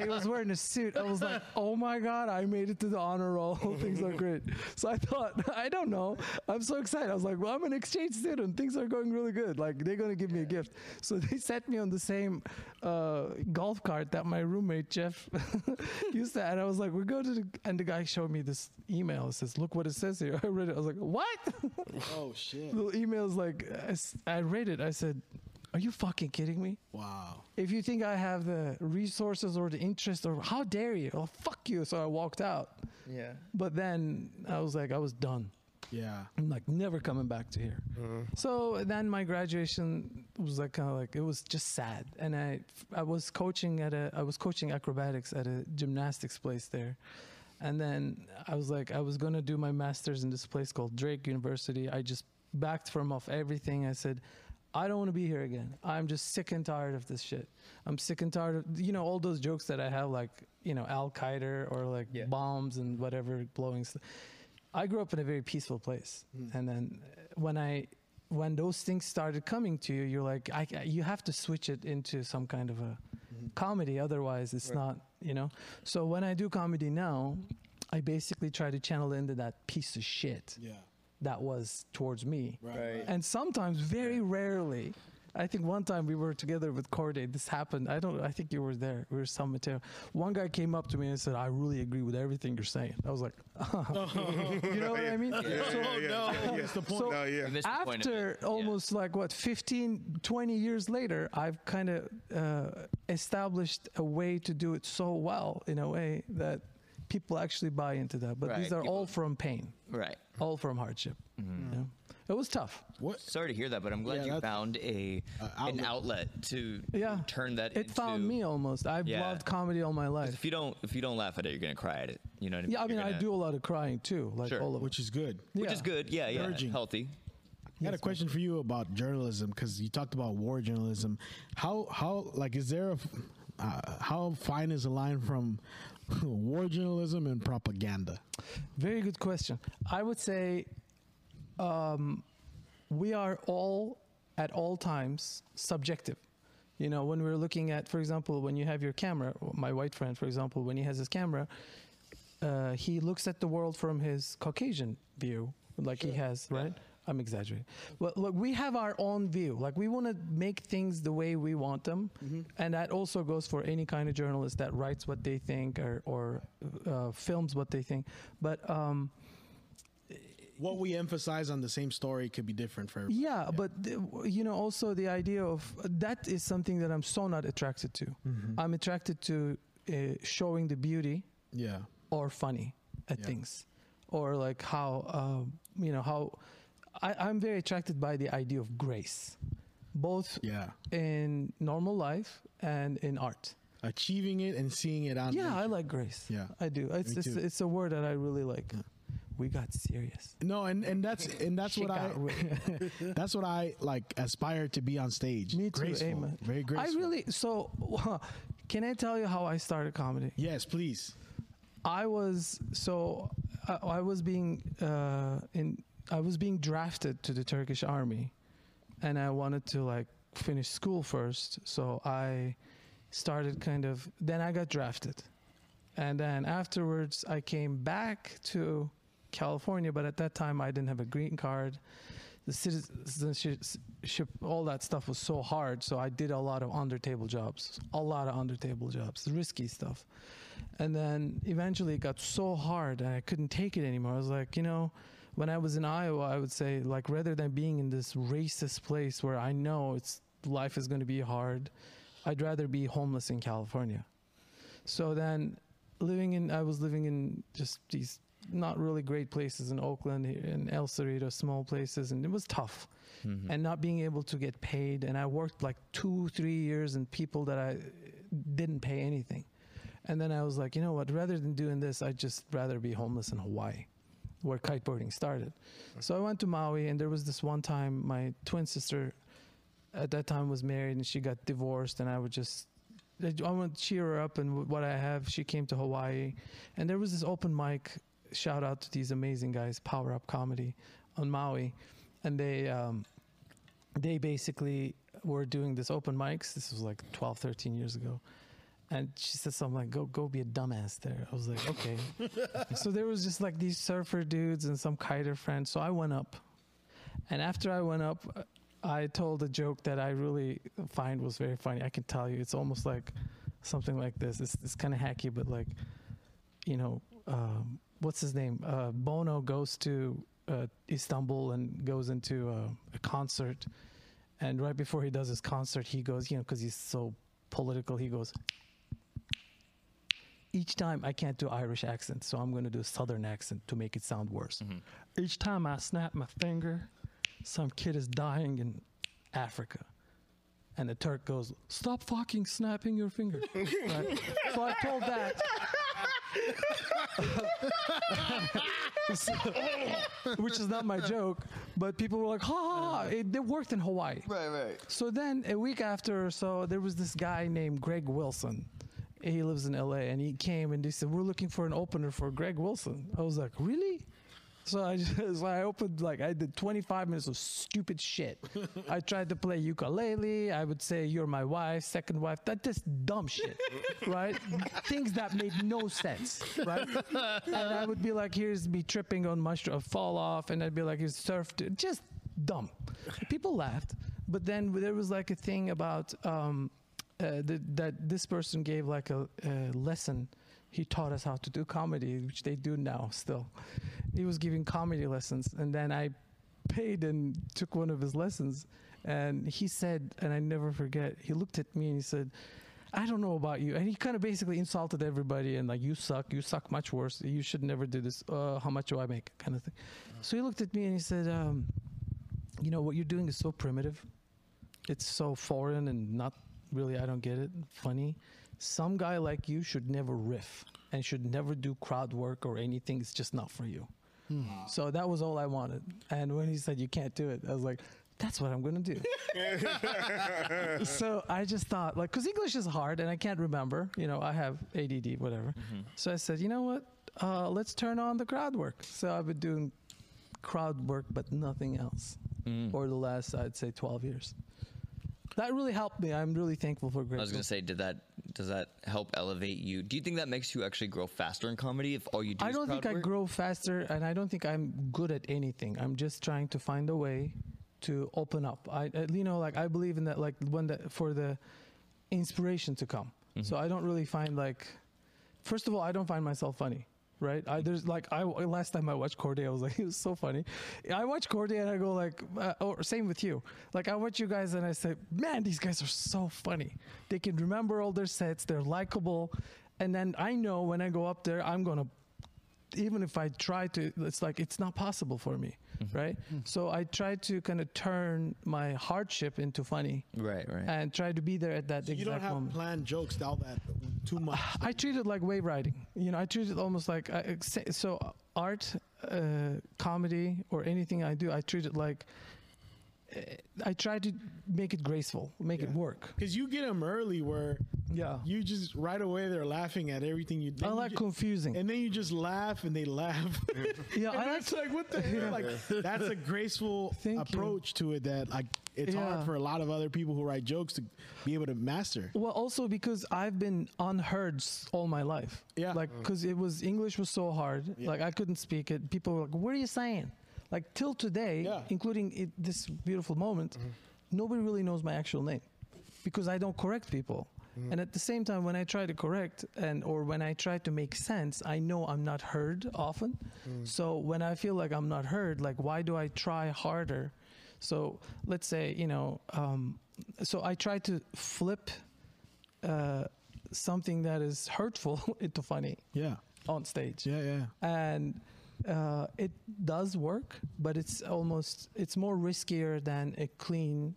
he was wearing a suit. I was like, oh my God, I made it to the honor roll. Things are great. So I thought, I don't know. I'm so excited. I was like, well, I'm an exchange student. Things are going really good. Like, they're going to give me a gift. So they set me on the same uh, golf cart that my roommate, Jeff, used to. And I was like, we go to the, and the guy showed me this email. It says, look what it says here. I read it. I was like, what?
Oh shit.
the email's like, I, s- I read it. I said, are you fucking kidding me?
Wow.
if you think I have the resources or the interest or how dare you? Oh fuck you. So I walked out.
Yeah.
But then I was like I was done.
Yeah.
I'm like never coming back to here. So then my graduation was like kind of like it was just sad, and I I was coaching at a I was coaching acrobatics at a gymnastics place there, and then I was like I was gonna do my masters in this place called Drake University. I just backed from off everything. I said. I don't want to be here again. I'm just sick and tired of this shit. I'm sick and tired of you know all those jokes that I have like you know Al Qaeda or like
Yeah.
bombs and whatever blowing stuff. I grew up in a very peaceful place, and then uh, when I when those things started coming to you, you're like, I, I- you have to switch it into some kind of a comedy, otherwise it's not, you know. So when I do comedy now, I basically try to channel into that piece of shit
Yeah.
that was towards me.
Right.
And sometimes, very rarely, I think one time we were together with Corday. This happened. I don't. I think you were there. We were some material. One guy came up to me and said, "I really agree with everything you're saying." I was like, "You know what I mean?" So
no. That's the point.
So-
No, yeah.
I missed the point of
after
it. Yeah.
almost like what 15 20 years later i've kind of uh, established a way to do it so well in a way that people actually buy into that but these
Right,
are
people-
all from pain
Right.
all from hardship
Mm-hmm.
you know? it was tough
Sorry to hear that, but I'm glad
Yeah,
you
that's-
found a an outlet to
yeah
turn that.
it
into,
found me almost i've
Yeah.
loved comedy all my
If
life
you don't, if you don't laugh at it, you're gonna cry at it. You know what I mean?
yeah i
You're
mean i
gonna-
do a lot of crying too like
Sure.
all of
Which is good.
it.
which
Yeah.
is good. Yeah, yeah,
Urging.
healthy.
I had a question for you about journalism because you talked about war journalism. How how like is there a f- uh, how fine is the line from War journalism and propaganda.
Very good question. I would say um, we are all at all times subjective. You know, when we're looking at, for example, when you have your camera, my white friend, for example, when he has his camera, uh, he looks at the world from his Caucasian view, like he has, right? I'm exaggerating. Well, look, we have our own view. Like we want to make things the way we want them, and that also goes for any kind of journalist that writes what they think or or uh, films what they think. But um,
What we emphasize on the same story could be different for everybody.
Yeah, but the, w- you know, also the idea of that is something that I'm so not attracted to. I'm attracted to uh, showing the beauty
Yeah.
or funny at things, or like how um, you know how I, I'm very attracted by the idea of grace, both
Yeah.
in normal life and in art.
Achieving it and seeing it on.
Yeah, I
nature.
like grace.
Yeah.
I do. It's it's,
too.
it's a word that I really like. We got serious.
No, and and that's and that's what I
Chicago.
that's what I like aspire to be on stage.
Me too,
Graceful,
amen.
Very graceful.
I really so. Can I tell you how I started comedy?
yes, please.
I was so I, I was being uh, in I was being drafted to the Turkish army, and I wanted to like finish school first. So I started kind of then I got drafted, and then afterwards I came back to California. But at that time I didn't have a green card. The citizenship, all that stuff was so hard. So I did a lot of under table jobs, a lot of under table jobs, risky stuff. And then eventually it got so hard and I couldn't take it anymore. I was like, you know, when I was in Iowa, I would say, like, rather than being in this racist place where I know it's life is going to be hard, I'd rather be homeless in California. So then living in, I was living in just these not really great places in Oakland in El Cerrito, small places, and it was tough. And not being able to get paid. And I worked like two, three years and people that I didn't pay anything. And then I was like, you know what? Rather than doing this, I'd just rather be homeless in Hawaii, where kiteboarding started. So I went to Maui, and there was this one time my twin sister at that time was married and she got divorced, and I would just I would cheer her up and w- what I have. She came to Hawaii, and there was this open mic. Shout out to these amazing guys, Power Up Comedy, on Maui, and they. Um, they basically were doing this open mics. This was like 12, 13 years ago. And she said something like, go, go be a dumbass there. I was like, okay. so there was just like these surfer dudes and some kiter friend. So I went up. And after I went up, uh, I told a joke that I really find was very funny. I can tell you, it's almost like something like this. It's, it's kind of hacky, but like, you know, um, what's his name? Uh, Bono goes to uh, Istanbul and goes into uh, a concert. And right before he does his concert, he goes, you know, because he's so political, he goes, each time I can't do Irish accent, so I'm going to do a Southern accent to make it sound worse. Each time I snap my finger, some kid is dying in Africa. And the Turk goes, Stop fucking snapping your finger. Right? so I told that. So- which is not my joke, but people were like, ha ha, ha. It, it worked in Hawaii.
Right, right.
So then a week after or so, there was this guy named Greg Wilson. He lives in LA and he came and they said, We're looking for an opener for Greg Wilson. I was like, Really? So I just so I opened like I did 25 minutes of stupid shit. I tried to play ukulele. I would say you're my wife, second wife. That just dumb shit, right? Things that made no sense, right? And I would be like, here's me tripping on mushroom, fall off, and I'd be like, it's surfed, just dumb. People laughed, but then there was like a thing about um, uh, th- that this person gave like a, a lesson. He taught us how to do comedy, which they do now still. He was giving comedy lessons, and then I paid and took one of his lessons. And he said, and I never forget, he looked at me and he said, I don't know about you. And he kind of basically insulted everybody and like, you suck, you suck much worse, you should never do this, uh, how much do I make, kind of thing. So he looked at me and he said, um, you know, what you're doing is so primitive it's so foreign and not really i don't get it funny some guy like you should never riff and should never do crowd work or anything it's just not for you so that was all i wanted and when he said you can't do it i was like that's what I'm gonna do. so I just thought, like, because English is hard and I can't remember, you know, I have ADD, whatever.
Mm-hmm.
So I said, you know what? Uh, let's turn on the crowd work. So I've been doing crowd work, but nothing else
Mm.
for the last, I'd say, 12 years. That really helped me. I'm really thankful for
I was
Grace.
gonna say, did that does that help elevate you? Do you think that makes you actually grow faster in comedy if all you do?
I
is
don't think
crowd
I
work?
grow faster, and I don't think I'm good at anything. I'm just trying to find a way to open up. I, uh, you know, like I believe in that, like when that for the inspiration to come.
Mm-hmm.
So I don't really find like, first of all, I don't find myself funny. Right, I, there's like I last time I watched Corday, I was like, it was so funny. I watch Corday and I go like, uh, or same with you. Like I watch you guys and I say, man, these guys are so funny. They can remember all their sets. They're likable, and then I know when I go up there, I'm gonna even if I try to, it's like it's not possible for me,
Mm-hmm.
right?
Mm-hmm.
So I try to kind of turn my hardship into funny,
Right, right.
and try to be there at that
You
exact
don't have
moment.
planned jokes all that too much.
I treat it like wave riding. You know, I treat it almost like I, ex- so art, uh, comedy, or anything I do. I treat it like uh, I try to make it graceful, make it work.
Because you get them early where
Yeah.
you just right away they're laughing at everything you do.
I like confusing.
And then you just laugh and they laugh.
Yeah,
and
I
that's
like-
like, what the hell? Like, that's a graceful
Thank you.
approach to it that like it's
Yeah.
hard for a lot of other people who write jokes to be able to master.
Well, also because I've been unheard s- all my life.
Yeah.
Like, because it was English was so hard. Like, I couldn't speak it. People were like, "What are you saying?" Like till today,
Yeah. Mm-hmm.
including it, this beautiful moment, nobody really knows my actual name because I don't correct people.
Mm-hmm.
And at the same time, when I try to correct and or when I try to make sense, I know I'm not heard often.
Mm.
So when I feel like I'm not heard, like why do I try harder? So let's say you know, um, so I try to flip uh, something that is hurtful into funny
Yeah.
on stage
Yeah, yeah.
and uh, it does work, but it's almost it's more riskier than a clean,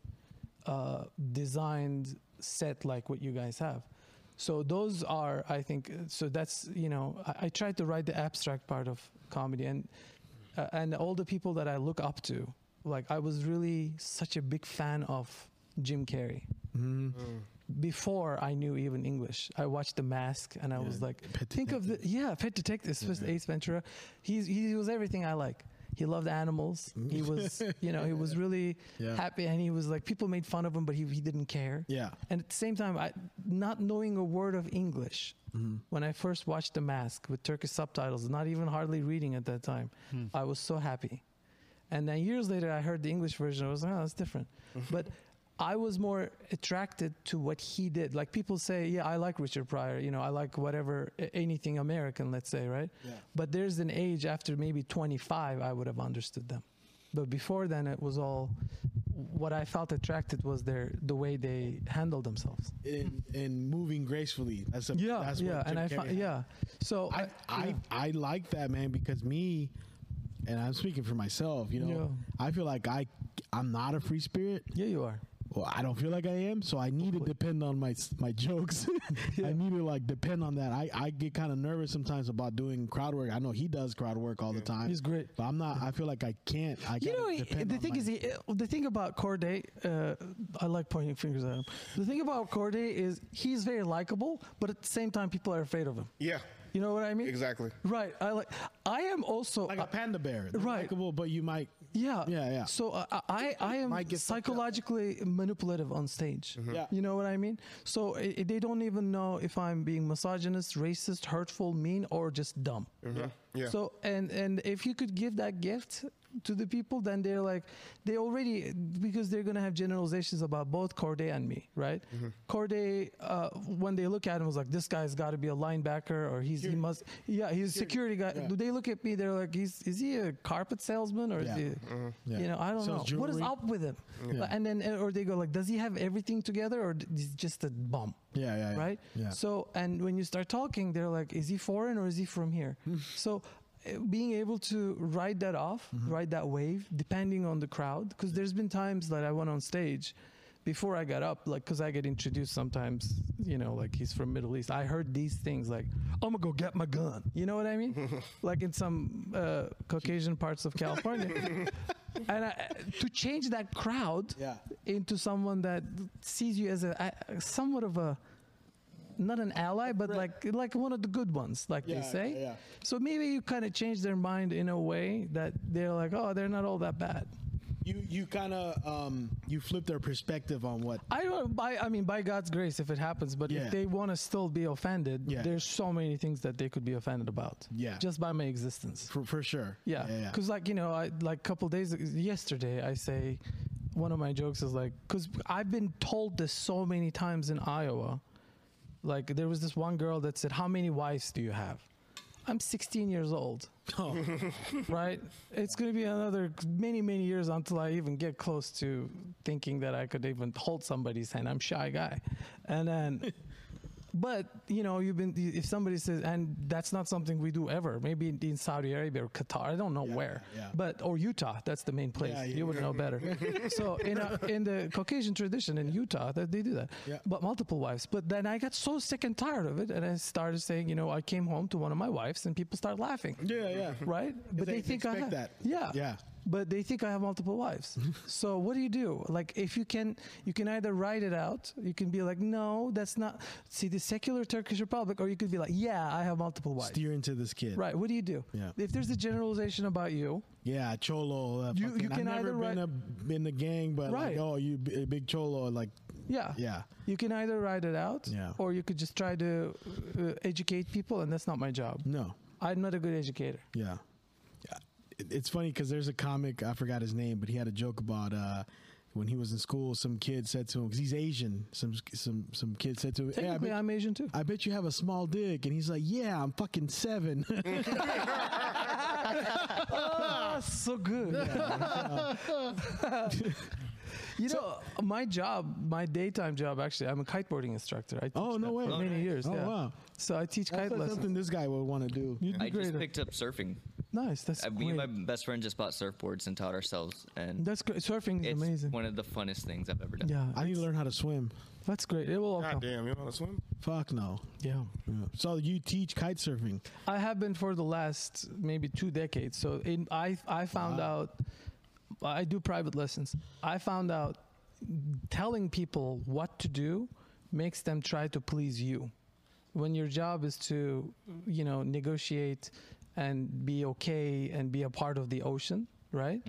uh, designed set like what you guys have. So those are, I think, uh, so that's you know I, I tried to write the abstract part of comedy and uh, and all the people that I look up to, like I was really such a big fan of Jim Carrey. Mm-hmm. Before I knew even English, I watched The Mask and I was like, think of the yeah, Pet Detective, especially Ace Ventura. He's he was everything I like. He loved animals. He was you know he was really
Yeah.
happy and he was like people made fun of him, but he he didn't care.
Yeah.
And at the same time, I not knowing a word of English when I first watched The Mask with Turkish subtitles, not even hardly reading at that time, I was so happy. And then years later, I heard the English version. I was like, oh, that's different. but I was more attracted to what he did. Like people say, yeah, I like Richard Pryor. You know, I like whatever, a- anything American, let's say, right? But there's an age after maybe 25, I would have understood them. But before then, it was all what I felt attracted was their the way they handled themselves.
And, and moving gracefully. That's a,
Yeah,
that's
yeah,
what Jim
and I
Carrey
fi-
had.
yeah. So
I, I,
yeah.
I like that man because me, and I'm speaking for myself. You know, I feel like I I'm not a free spirit.
yeah, you are.
Well, I don't feel like I am, so I need to depend on my s- my jokes. I need to like depend on that. I, I get kind of nervous sometimes about doing crowd work. I know he does crowd work all the time.
He's great.
but I'm not. I feel like I can't. I
You
gotta
know, he-
depend
the
on
thing
my-
is, he, the thing about Corday, uh, I like pointing fingers at him. The thing about Corday is he's very likable, but at the same time, people are afraid of him.
Yeah.
You know what I mean?
Exactly.
Right. I like. I am also
like a panda bear, They're
uh, right.
likable, but you might.
Yeah.
Yeah, yeah.
So uh, I, I am
Might get fucked up.
psychologically manipulative on stage.
Yeah.
You know what I mean? So i i- they don't even know if I'm being misogynist, racist, hurtful, mean, or just dumb.
Yeah.
So and and if you could give that gift to the people, then they're like they already because they're gonna have generalizations about both Corday and me, right? Corday, uh, when they look at him, was like this guy's got to be a linebacker or he's he must yeah he's a security guy. Do They look at me, they're like he's is he a carpet salesman or
Yeah.
is he
Yeah.
you know I don't know
Sells
what is
jewelry.
up with him, Like, and then or they go like does he have everything together or d- he's just a bum?
Yeah, yeah, yeah.
right?
Yeah.
So, and when you start talking, they're like, is he foreign or is he from here? so, uh, being able to ride that off, ride that wave, depending on the crowd, because there's been times that I went on stage before I got up, like, because I get introduced sometimes, you know, like he's from Middle East. I heard these things like, I'm gonna go get my gun. You know what I mean? like in some uh, Caucasian parts of California. and I, to change that crowd
Yeah.
into someone that sees you as a, a somewhat of a not an ally, but like like one of the good ones, like
Yeah,
they say.
yeah, yeah.
So maybe you kind of change their mind in a way that they're like, oh, they're not all that bad.
You you kind of um you flip their perspective on what
I don't. By, I mean, by God's grace, if it happens. But
Yeah.
if they want to still be offended,
Yeah.
there's so many things that they could be offended about.
Yeah.
Just by my existence.
for for sure.
Yeah.
yeah.
Because like you know, I like couple days yesterday, I say one of my jokes is like, because I've been told this so many times in Iowa. Like there was this one girl that said, "How many wives do you have?" I'm 16 years old. right? It's going to be another many, many years until I even get close to thinking that I could even hold somebody's hand. I'm a shy guy. And then, but, you know, you've been, if somebody says, and that's not something we do ever, maybe in, in Saudi Arabia or Qatar, I don't know where,
yeah, yeah.
but, or Utah, that's the main place.
Yeah, yeah,
you would know better. so in, a, in the Caucasian tradition in Utah, that they do that,
Yeah.
but multiple wives. But then I got so sick and tired of it. And I started saying, you know, I came home to one of my wives and people start laughing
yeah, yeah.
right? But
they
they, think I have
expect that.
Yeah,
Yeah.
But they think I have multiple wives. so what do you do? Like, if you can, you can either write it out. You can be like, no, that's not. See the secular Turkish Republic, or you could be like, yeah, I have multiple wives.
Steer into this kid.
Right. What do you do?
Yeah.
If there's a generalization about you,
Yeah, cholo. Uh,
You-
fucking-
you can
I've never
either
been a, in the gang, but
Right.
like, oh, you b- a big cholo, like
yeah,
Yeah.
you can either write it out,
Yeah.
or you could just try to uh, educate people, and that's not my job.
no,
I'm not a good educator.
yeah. Yeah. It- It's funny because there's a comic I forgot his name, but he had a joke about uh, when he was in school. Some kid said to him because he's Asian. Some some some kid said to him, "Hey, I
Technically,
bet,
I'm Asian too.
I bet you have a small dick," and he's like, "Yeah, I'm fucking seven.
Ah, so good. you know, my job, my daytime job, actually, I'm a kiteboarding instructor. I teach
Oh, no
that
way.
For
Oh,
many
nice.
years.
Oh,
yeah.
wow.
So I teach
That's
kite
like
lessons.
something this guy would want to do."
You'd be
I
great
just
at-
picked up surfing.
nice. That's
Uh, Me
great.
and my best friend just bought surfboards and taught ourselves, and
That's great. Surfing is
it's
amazing.
one of the funnest things I've ever done.
yeah,
I need to learn how to swim.
that's great. It will all
God
come.
damn, you want to swim?
Fuck no.
Yeah,
Yeah. So you teach kite surfing?
I have been for the last maybe two decades. So in, I I found out I do private lessons. I found out telling people what to do makes them try to please you. When your job is to, you know, negotiate and be okay and be a part of the ocean, right?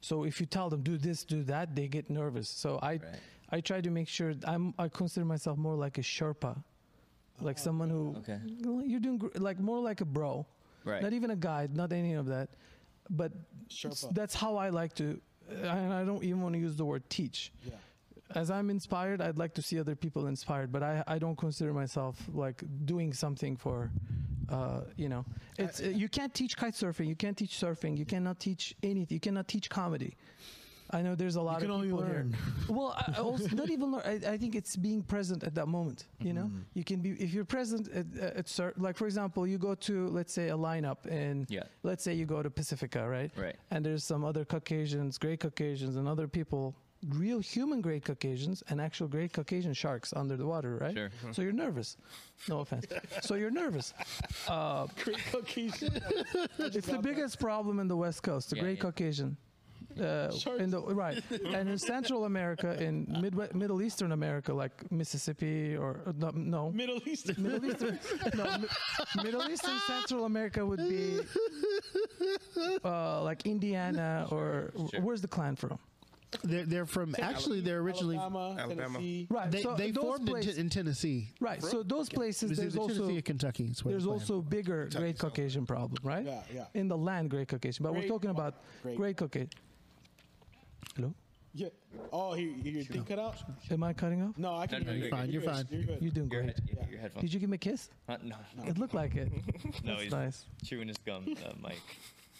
So if you tell them do this, do that, they get nervous. So I, I try to make sure I'm. I consider myself more like a Sherpa, like someone who
Okay.
well, you're doing gr- like more like a bro,
Right.
Not even a guide, not any of that, but s- that's how I like to. And I don't even want to use the word teach. As I'm inspired, I'd like to see other people inspired, but I, I don't consider myself like doing something for, uh, you know, it's uh, you can't teach kite surfing, you can't teach surfing, you cannot teach anything, you cannot teach comedy. I know there's a lot
can
of
only
people
learn.
here. Well, I, I also not even. learn- I, I think it's being present at that moment. You know,
Mm-hmm.
you can be if you're present at, at cer- like for example, you go to let's say a lineup and
Yeah.
let's say you go to Pacifica, right?
Right.
And there's some other Caucasians, great Caucasians, and other people, real human great Caucasians and actual great Caucasian sharks under the water, right?
Sure.
So you're nervous. No offense. so you're nervous. Uh, it's the biggest problem in the West Coast. The
Yeah,
Great
yeah.
Caucasian. Uh, in the right, and in Central America, in Midwest, Middle Eastern America, like Mississippi or uh, no, no. Middle Eastern, Middle Eastern, no, Mi- Middle Eastern Central America would be uh, like Indiana or where's the clan from?
They're, they're from actually they're originally
Alabama,
Alabama.
Tennessee.
Right,
they,
so
they
those
formed in,
places-
Ten- in Tennessee.
right, so those places
Is it
there's
Tennessee
also
or Kentucky? It's where
There's
they're
also bigger Great Caucasian problem, right?
Yeah, yeah.
In the land, Great Caucasian, but we're
Great
talking
Mo-
about
Great.
Great, Caucasian. Hello,
Yeah. Oh, he, he, your thing cut out?
am I cutting off?
No, I can.
No, no,
hear
you're
you.
fine, you're
good,
fine.
You're good.
You're doing
Your,
great.
head, your, your headphones.
Did you give me a kiss?
Uh, no,
It looked like it.
no,
That's
he's
nice.
chewing his gum, uh, Mike.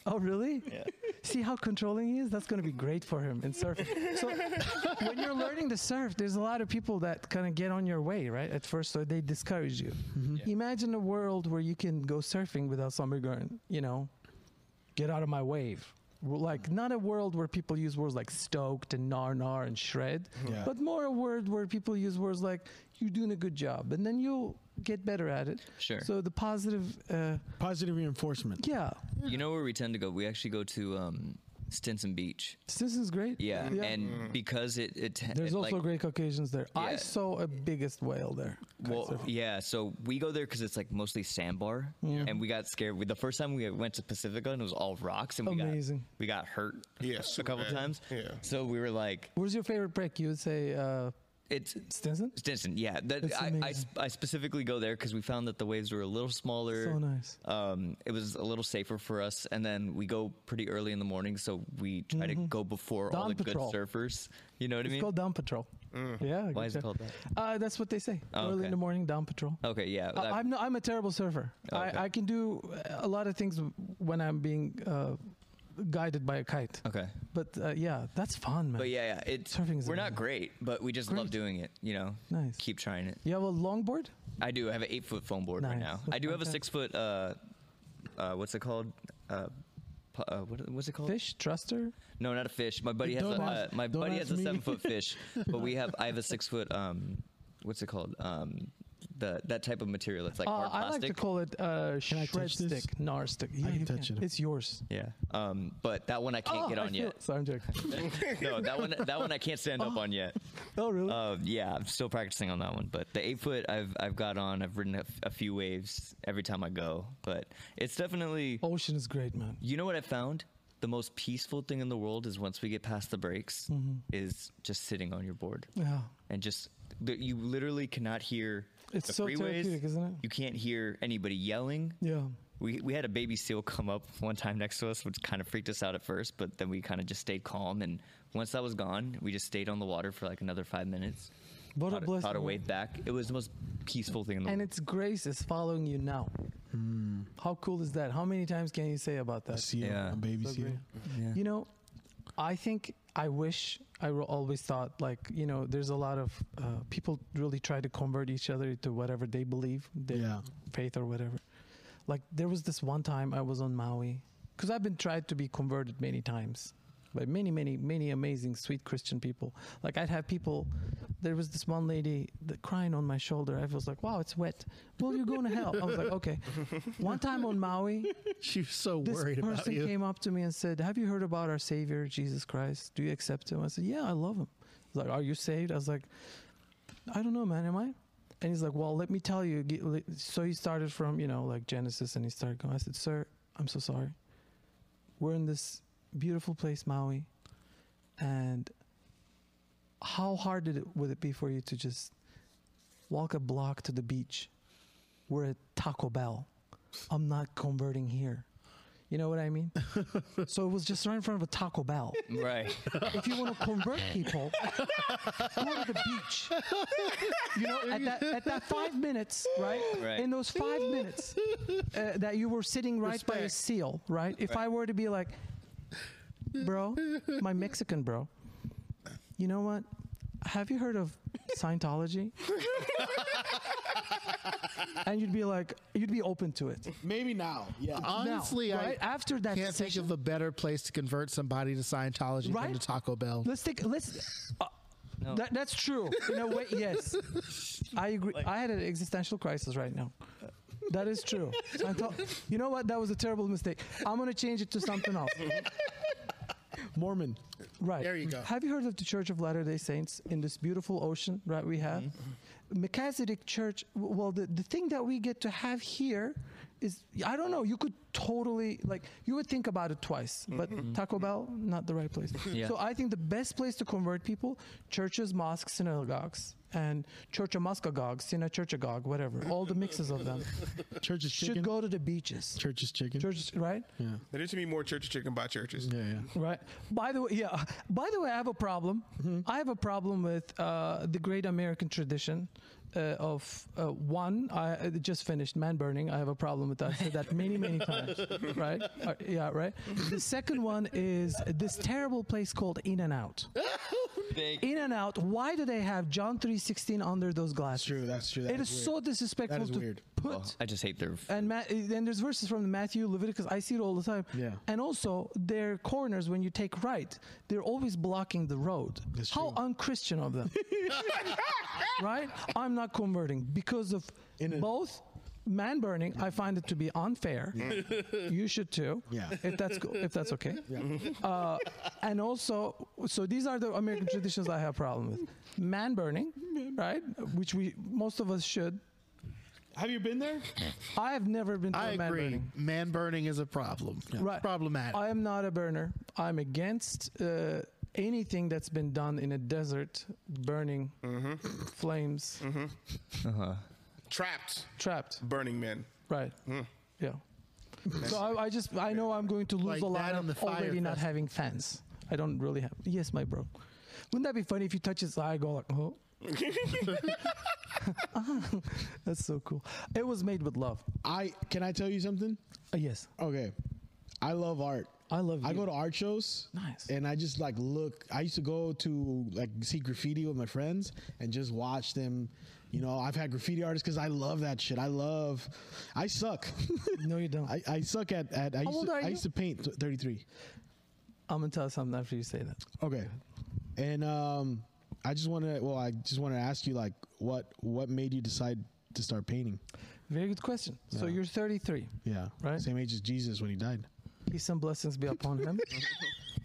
Oh, really?
Yeah.
See how controlling he is? That's going to be great for him in surfing. So, when you're learning to surf, there's a lot of people that kind of get on your way, right? At first, so they discourage you. Mm-hmm. Imagine a world where you can go surfing without somebody going, you know, get out of my wave. We're Like, not a world where people use words like stoked and nar nar and shred,
Yeah.
but more a word where people use words like you're doing a good job, and then you'll get better at it.
Sure.
So, the positive, uh,
Positive reinforcement.
yeah.
You know where we tend to go? We actually go to um, Stinson Beach.
Stinson's great.
Yeah, and because it it
Mm. there's
it,
also
like,
great Caucasians there. I
Yeah.
saw a biggest whale there.
Well, yeah. So we go there because it's like mostly sandbar, and we got scared. We, the first time we went to Pacifica, and it was all rocks, and we
Amazing.
got we got hurt.
Yeah,
a
super
couple
bad.
times.
Yeah.
So we were like,
Where's your favorite prick? You would say uh,
it's
Stinson.
Stinson. Yeah, that
It's
I, I,
amazing.
I specifically go there because we found that the waves were a little smaller.
So nice.
Um, it was a little safer for us, and then we go pretty early in the morning, so we try to go before all
Mm-hmm. Dawn
the
patrol.
good surfers. You know what I
It's
mean? Mm.
called Down Patrol. Yeah.
Why
good
is it
job.
called that?
Uh, that's what they say.
Oh,
Early
okay.
in the morning, Down Patrol.
okay. Yeah. that- Oh,
I, I'm not, I'm a terrible surfer.
Okay.
I, I can do a lot of things when I'm being uh, guided by a kite.
okay.
But uh, yeah, that's fun, man.
But yeah, yeah, it's
Surfing's
we're not
amazing.
great, but we just love
Great.
doing it. You know,
Nice.
Keep trying it.
You have a longboard?
I do. I have an eight foot foam board right
Nice.
now.
That's
I do have a
fantastic.
six foot. Uh, uh, what's it called? Uh, pu- uh, what, what's it called?
Fish? Thruster?
No, not a fish. My buddy has a
Don't
uh,
ask-
my
don't
buddy
ask
has a
me.
seven foot fish, but we have I have a six foot. Um, what's it called? Um, the that type of material. It's like
Uh,
hard
I
plastic.
like to call it uh,
I
shred
touch this?
stick, gnar stick. Yeah,
can
you
touch it.
It's yours.
yeah. Um, but that one I can't
Oh,
get
I
on
feel-
yet.
Sorry, I'm joking.
no, that one that one I can't stand up on yet.
oh, really?
Uh, yeah, I'm still practicing on that one, but the eight foot I've I've got on. I've ridden a, f- a few waves every time I go, but it's definitely.
Ocean is great, man.
You know what I found? The most peaceful thing in the world is once we get past the breaks, is just sitting on your board
Yeah.
and just the, you literally cannot hear.
It's
the
so
freeways.
therapeutic, isn't it?
You can't hear anybody yelling.
Yeah.
We, we had a baby seal come up one time next to us, which kind of freaked us out at first, but then we kind of just stayed calm. And once that was gone, we just stayed on the water for like another five minutes.
What a
Thought,
blessing.
thought a
man.
wave back. It was the most peaceful thing in the
And
world.
its grace is following you now. How cool is that? How many times can you say about that?
seal,
Yeah.
a baby
So
seal.
great. You know, I think I wish I ro- always thought like you know, there's a lot of uh, people really try to convert each other to whatever they believe, their
Yeah.
faith or whatever. Like there was this one time I was on Maui because I've been tried to be converted many times by many, many, many amazing, sweet Christian people. Like I'd have people. There was this one lady that crying on my shoulder. I was like, "Wow, it's wet." Well, you're going to hell. I was like, "Okay." One time on Maui,
She was so
this
worried
person
about you.
came up to me and said, "Have you heard about our Savior Jesus Christ? Do you accept him?" I said, "Yeah, I love him." He's like, "Are you saved?" I was like, "I don't know, man. Am I?" And he's like, "Well, let me tell you." Get- li- So he started from you know like Genesis, and he started going. I said, "Sir, I'm so sorry. We're in this beautiful place, Maui, and how hard did it, would it be for you to just walk a block to the beach? We're at Taco Bell. I'm not converting here." You know what I mean? so it was just right in front of a Taco Bell.
right.
If you want to convert people, go to the beach. You know, at that, at that five minutes, right?
Right.
In those five minutes uh, that you were sitting right by a
Respect.
seal, right? If I were to be like, bro, my Mexican bro, you know what? Have you heard of Scientology? and you'd be like, you'd be open to it.
Maybe now. Yeah.
Honestly,
right
I
after that
can't think
session-
of a better place to convert somebody to Scientology
Right?
than to Taco Bell.
Let's take. Let's. Uh, that, that's true. In a way, yes. I agree. I had an existential crisis right now. That is true. I thought, you know what? That was a terrible mistake. I'm gonna change it to something else.
Mormon.
Right.
There you go.
Have you heard of the Church of Latter Day Saints in this beautiful ocean? Right. We have
Mm-hmm.
Melchizedek Church. w- Well, the the thing that we get to have here is I don't know. You could totally like you would think about it twice, but
Mm-hmm.
Taco Bell not the right place.
Yeah.
So I think the best place to convert people: churches, mosques, synagogues, and church of muskagogues, synagogue, churchagogue, whatever. All the mixes of them
Church is
should
chicken.
go to the beaches.
Church is chicken.
Churches, right?
There should be more church chicken by churches.
Yeah, yeah.
Right. By the way, yeah. uh, By the way, I have a problem.
Mm-hmm.
I have a problem with uh, the great American tradition uh, of uh, one. I I just finished man burning. I have a problem with that. I said that many, many times. Right. Uh, yeah. Right. The second one is this terrible place called In and Out.
Thank-
In and Out. Why do they have John three sixteen under those glasses?
True, that's true. That
it is,
is weird.
so disrespectful
That is
to
weird. Oh.
put.
I just hate their. f-
And Ma- then there's verses from Matthew, Leviticus. I see it all the time.
Yeah.
And also their corners when you take right, they're always blocking the road. How unchristian of them. right? I'm not converting because of
a-
both man burning, I find it to be unfair. you should too.
Yeah.
If that's cool, if that's okay. Uh, and also, so these are the American traditions I have a problem with. Man burning, right? Which we most of us should.
Have you been there?
I have never been to
I
a man
agree.
burning.
Man burning is a problem. It's problematic.
I am not a burner. I'm against uh, anything that's been done in a desert, burning
Mm-hmm.
flames,
Trapped
trapped.
Burning Mm. Man.
Right. Yeah. So I, I just I know I'm going to lose
Like
the
that
line
and the
of
fire
already not
fest-
having fans. I don't really have. Yes, my bro. Wouldn't that be funny if you touch his eye, go like, oh. That's so cool. It was made with love.
I can I tell you something?
Uh, yes,
Okay, I love art.
I love.
I
you.
go to art shows.
Nice.
And I just like look. I used to go to like see graffiti with my friends and just watch them. You know, I've had graffiti artists because I love that shit. I love. I suck.
No, you don't.
I, I suck at, at I, used
old
to,
are
I
you?
used to paint t- 33.
I'm gonna tell you something after you say that.
Okay. And um, I just want to, well, I just want to ask you like what, what made you decide to start painting?
Very good question. So
Yeah.
you're 33.
Yeah.
Right.
Same age as Jesus when he died.
Peace and blessings be upon him.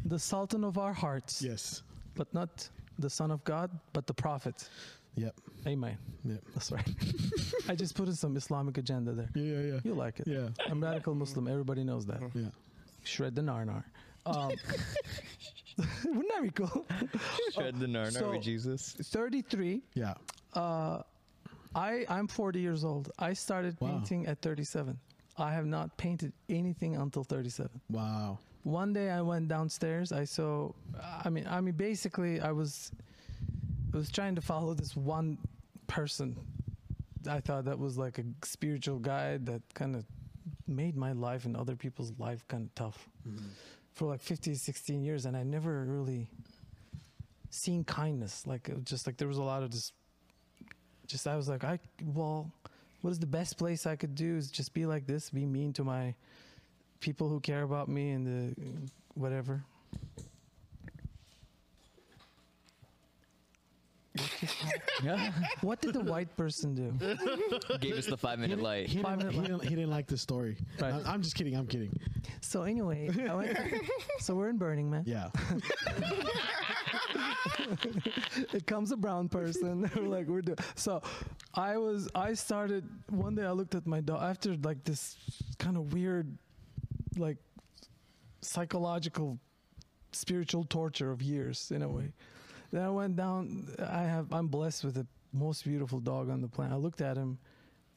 the Sultan of our hearts,
Yes.
but not the Son of God, but the Prophet.
Yep.
Amen.
Yep.
That's right. I just put in some Islamic agenda there.
Yeah. Yeah. Yeah.
You like it.
Yeah.
I'm radical Muslim. Everybody knows that.
Yeah.
Shred the narnar. Um, wouldn't that be cool?
Shred the narnar
so-
with Jesus.
33.
Yeah.
I, I'm 40 years old. I started
Wow.
painting at 37. I have not painted anything until 37.
Wow.
one day I went downstairs. I saw. I mean, I mean, basically, I was, I was trying to follow this one person. I thought that was like a spiritual guide that kind of made my life and other people's life kind of tough for like 15, 16 years, and I never really seen kindness. Like it was just like there was a lot of just, just I was like, I well, what is the best place I could do is just be like this, be mean to my people who care about me and the whatever. What did the white person do?
Gave us the five minute light.
He
Five
didn't,
minute
he,
left.
didn't, he didn't like the story.
Right.
I, am just kidding. I'm kidding.
So anyway, I went so we're in Burning Man.
Yeah.
It comes a brown person. we're like, we're doing. So I was, I started one day. I looked at my dog after like this kind of weird, like psychological, spiritual torture of years in a way. Then I went down. I have, I'm blessed with the most beautiful dog on the planet. I looked at him,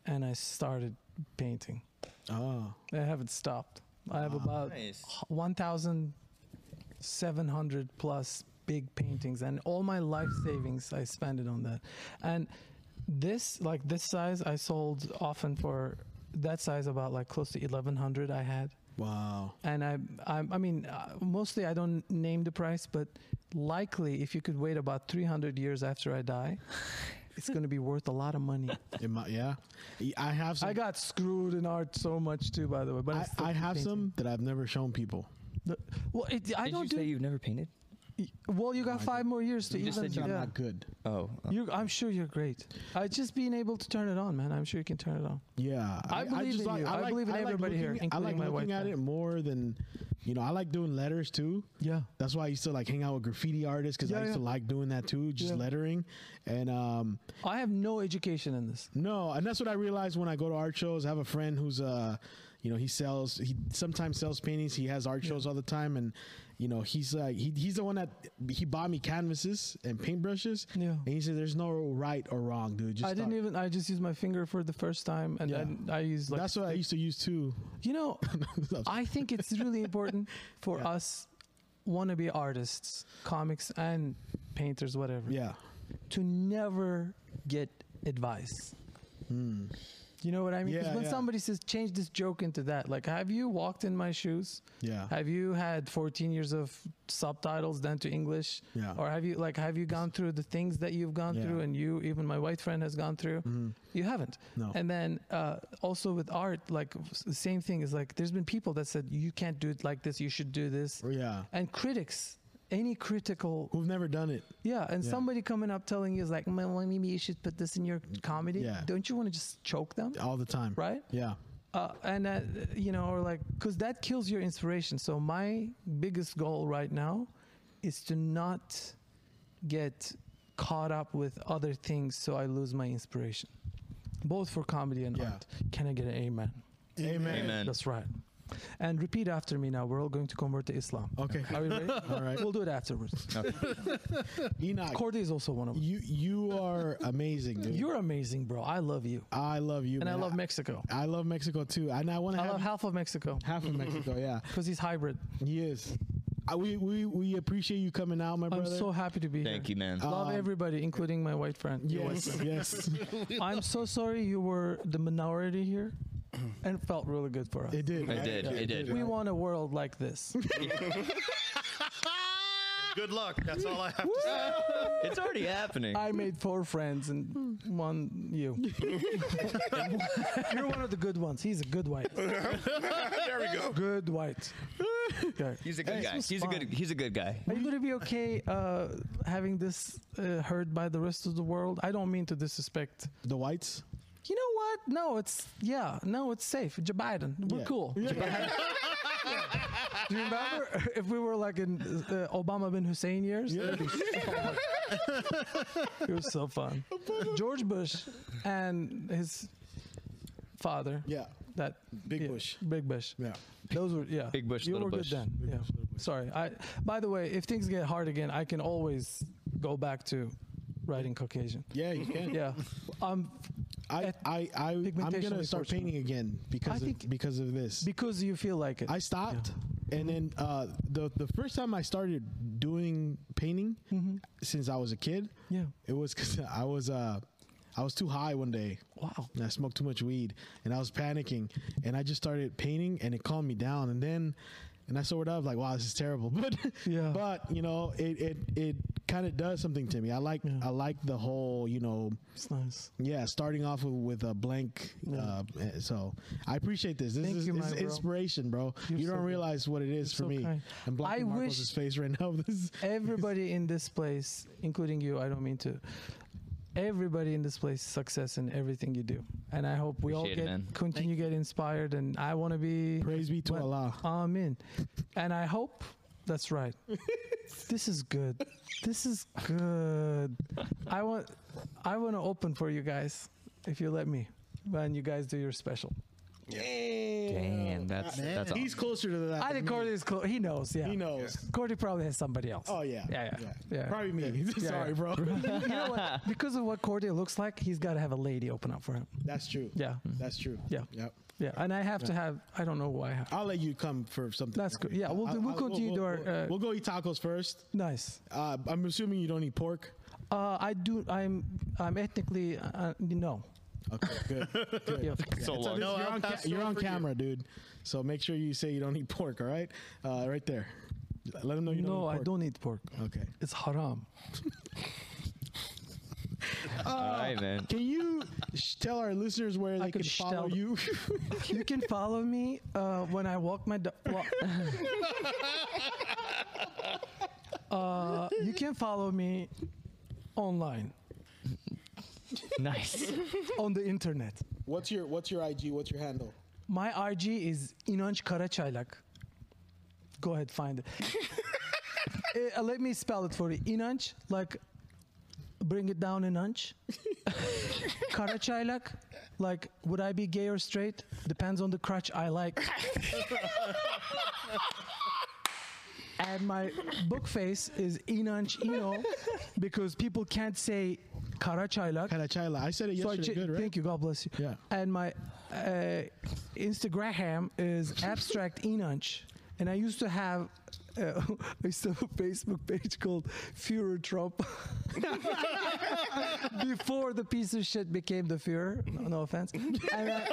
and I started painting.
oh.
I haven't stopped. I have about
Nice.
1,700 plus big paintings, and all my life savings I spent it on that. And this, like this size, I sold often for that size about like close to 1,100 I had.
Wow.
And I, I, I mean, uh, mostly I don't name the price, but likely if you could wait about 300 years after I die, it's going to be worth a lot of money.
It might, yeah. I have some.
I got screwed in art so much too, by the way. But
I,
still
I
keep
have
painting.
some that I've never shown people.
The- well, it, I
Did
don't
you
do.
say you've never painted?
well, you got five more years to
You just
even.
said
I'm
yeah.
not good.
Oh, uh,
you I'm sure you're great. I just being able to turn it on, man. I'm sure you can turn it on.
Yeah,
I believe in you. I believe in everybody here,
looking- I like
including my
looking
wife,
at
man.
it more than, you know, I like doing letters too.
Yeah.
That's why I used to like hang out with graffiti artists because
Yeah,
I used to
yeah.
like doing that too, just
Yeah.
lettering. And um,
I have no education in this.
no, and that's what I realized when I go to art shows. I have a friend who's uh, you know, he sells. He sometimes sells paintings. He has art shows all the time, and you know, he's like he, he's the one that he bought me canvases and paintbrushes.
Yeah.
and he said, "There's no right or wrong, dude. Just
I didn't
start."
even. I just used my finger for the first time, and
Yeah.
then I used like.
that's what I used to use too.
you know,
No,
I think it's really important for us wannabe artists, comics, and painters, whatever.
yeah,
to never get advice. You know what I mean? 'Cause
Hmm. Yeah,
when
yeah.
somebody says, change this joke into that, like, have you walked in my shoes?
Yeah.
Have you had 14 years of subtitles done to English?
Yeah.
Or have you, like, have you gone through the things that you've gone
Yeah. Mm-hmm.
through and you, even my white friend has gone through? You haven't.
No.
And then uh, also with art, like, s- the same thing is like, there's been people that said, you can't do it like this, you should do this.
yeah.
And critics any critical
Who've never done it?
yeah and somebody coming up telling you is like "Man, well, maybe you should put this in your comedy
Yeah.
don't you want to just choke them
all the time.
Right?
Yeah.
uh, and uh, you know or like because that kills your inspiration so my biggest goal right now is to not get caught up with other things so i lose my inspiration both for comedy and
Yeah.
art can i get an amen
Amen.
Amen.
that's right and repeat after me now we're all going to convert to islam
Okay.
are we ready
All right.
we'll do it afterwards
Enoch,
cordy is also one of them
you you are amazing, dude.
you're amazing bro i love you
I love you,
and i
man.
love mexico
I love Mexico too, and I want to
i love
have
half of mexico
half of Mexico. Yeah,
because he's hybrid
he is. I, we we we appreciate you coming out, my
i'm
brother.
so happy to be here
Thank you, man.
Love everybody, including my white friend.
yes, yes.
I'm so sorry you were the minority here, and it felt really good for us.
It did.
I did. I did.
we want a world like this.
Good luck. That's all I have to say.
It's already happening.
I made four friends and one you. You're one of the good ones. He's a good white.
there we go.
Good white. Okay.
He's a good guy.
was
He's a good.
fun.
He's a good guy.
Are you going to be okay uh, having this uh, heard by the rest of the world? I don't mean to disrespect.
The whites.
You know what? No, it's yeah. No, it's safe. Joe Biden. We're
Yeah.
cool. Do you remember if we were like in uh, Obama bin Hussein years? That'd be so fun. it was so fun. George Bush and his father.
Yeah.
That
Big
yeah,
Bush.
Big Bush.
Yeah.
Those were yeah.
Big Bush,
You
Little
were
Bush.
good then. yeah. Sorry. I. By the way, if things get hard again, I can always go back to writing Caucasian.
Yeah, you can.
Yeah. Um,
I I I I'm
Pigmentation
gonna start
enforcement.
painting again because
I
of,
think-
because of this.
because you feel like it.
I stopped, and then uh, the the first time I started doing painting since I was a kid,
Mm-hmm. Yeah.
it was because I was uh, I was too high one day.
Wow.
And I smoked too much weed, and I was panicking, and I just started painting, and it calmed me down, and then. And I sort of like, wow, this is terrible, but
Yeah.
but you know, it it, it kind of does something to me. I like I like the whole you know
It's nice.
yeah, starting off with, with a blank. Uh, eh, so I appreciate this. This
Thank
is,
you,
this
my
is
bro.
inspiration, bro.
You're
You're
so
don't
good.
realize what it is for
so
me.
kind.
I'm blocking
I
Marcos'
wish-
face right now. This is,
everybody in this place, including you, I don't mean to. Everybody in this place success in everything you do. And I hope we
Appreciate it,
all
man.
get continue get inspired and I want to be
Praise be to
Well,
Allah.
Amen. And I hope that's right. this is good. This is good. I want I want to open for you guys if you let me when you guys do your special.
Damn, that's that's.
he's
Awesome.
closer to that.
I
than
think
me.
Cordy is close. He knows, yeah.
He knows.
Cordy probably has somebody else.
Oh yeah.
Yeah, yeah. Yeah.
Probably me. Sorry, bro.
you know what? Because of what Cordia looks like, he's got to have a lady open up for him.
That's true.
Yeah.
That's true.
Yeah.
Yep.
Yeah, and I have to have. I don't know why. I have.
I'll let you come for something.
That's good. Yeah, we'll do- we'll continue
we'll,
to our,
We'll,
uh,
we'll go eat tacos first.
Nice.
Uh, I'm assuming you don't eat pork.
Uh, I do. I'm. I'm ethnically. Uh, no.
Okay, good. good.
Yeah.
so long.
No,
you're
I'll
on, ca-
pass
you're
over
on
for you.
camera, dude. So make sure you say you don't eat pork. All right, uh, right there. Let them know you
No,
don't.
I
eat pork.
don't eat pork.
Okay.
It's haram.
All right, man.
Can you sh- tell our listeners where they
could
can follow
shtell-
you?
You can follow me uh, when I walk my dog. uh, you can follow me online
Nice.
on the internet.
what's your What's your IG? What's your handle?
My RG is İnanç Karaçaylak. Go ahead, find it. Eh, uh, let me spell it for you. İnanç, like bring it down İnanç. Karaçaylak, like would I be gay or straight? Depends on the crutch I like. and my book face is İnanç İno because people can't say Karaçaylak.
Karachayla. I said it yesterday.
cha-
good, right?
Thank you. God bless you.
Yeah.
And my uh, Instagram is abstract Enunch. And I used to have uh, I used to have a Facebook page called Führer Trump before the piece of shit became the Führer. No, no offense. And I,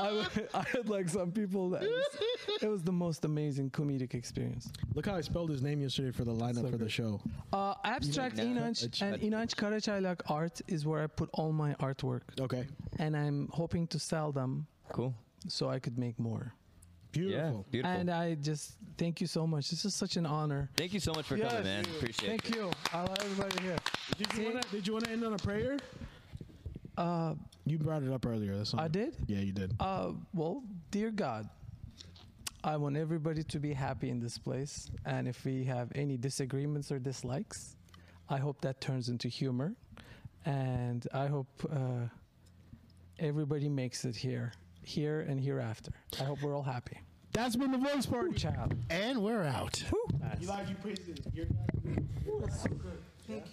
I w- I had like some people that was- it was the most amazing comedic experience.
Look how I spelled his name yesterday for the lineup for the show.
Uh, abstract Enunch and Enunch Karacaylak art is where I put all my artwork
Okay.
and I'm hoping to sell them
Cool.
so I could make more.
Beautiful.
Yeah, beautiful.
And uh, I just thank you so much. This is such an honor.
Thank you so much for coming, man. Appreciate it.
Thank you. I love everybody here.
Did you wanna- Did you want to end on a prayer? Uh, you brought it up earlier. That's
I did?
Yeah, you did.
Uh, well, dear God, I want everybody to be happy in this place. And if we have any disagreements or dislikes, I hope that turns into humor. And I hope uh, everybody makes it here, here and hereafter. I hope we're all happy.
That's been the voice party.
Child.
And we're out.
You like you praise it. You're-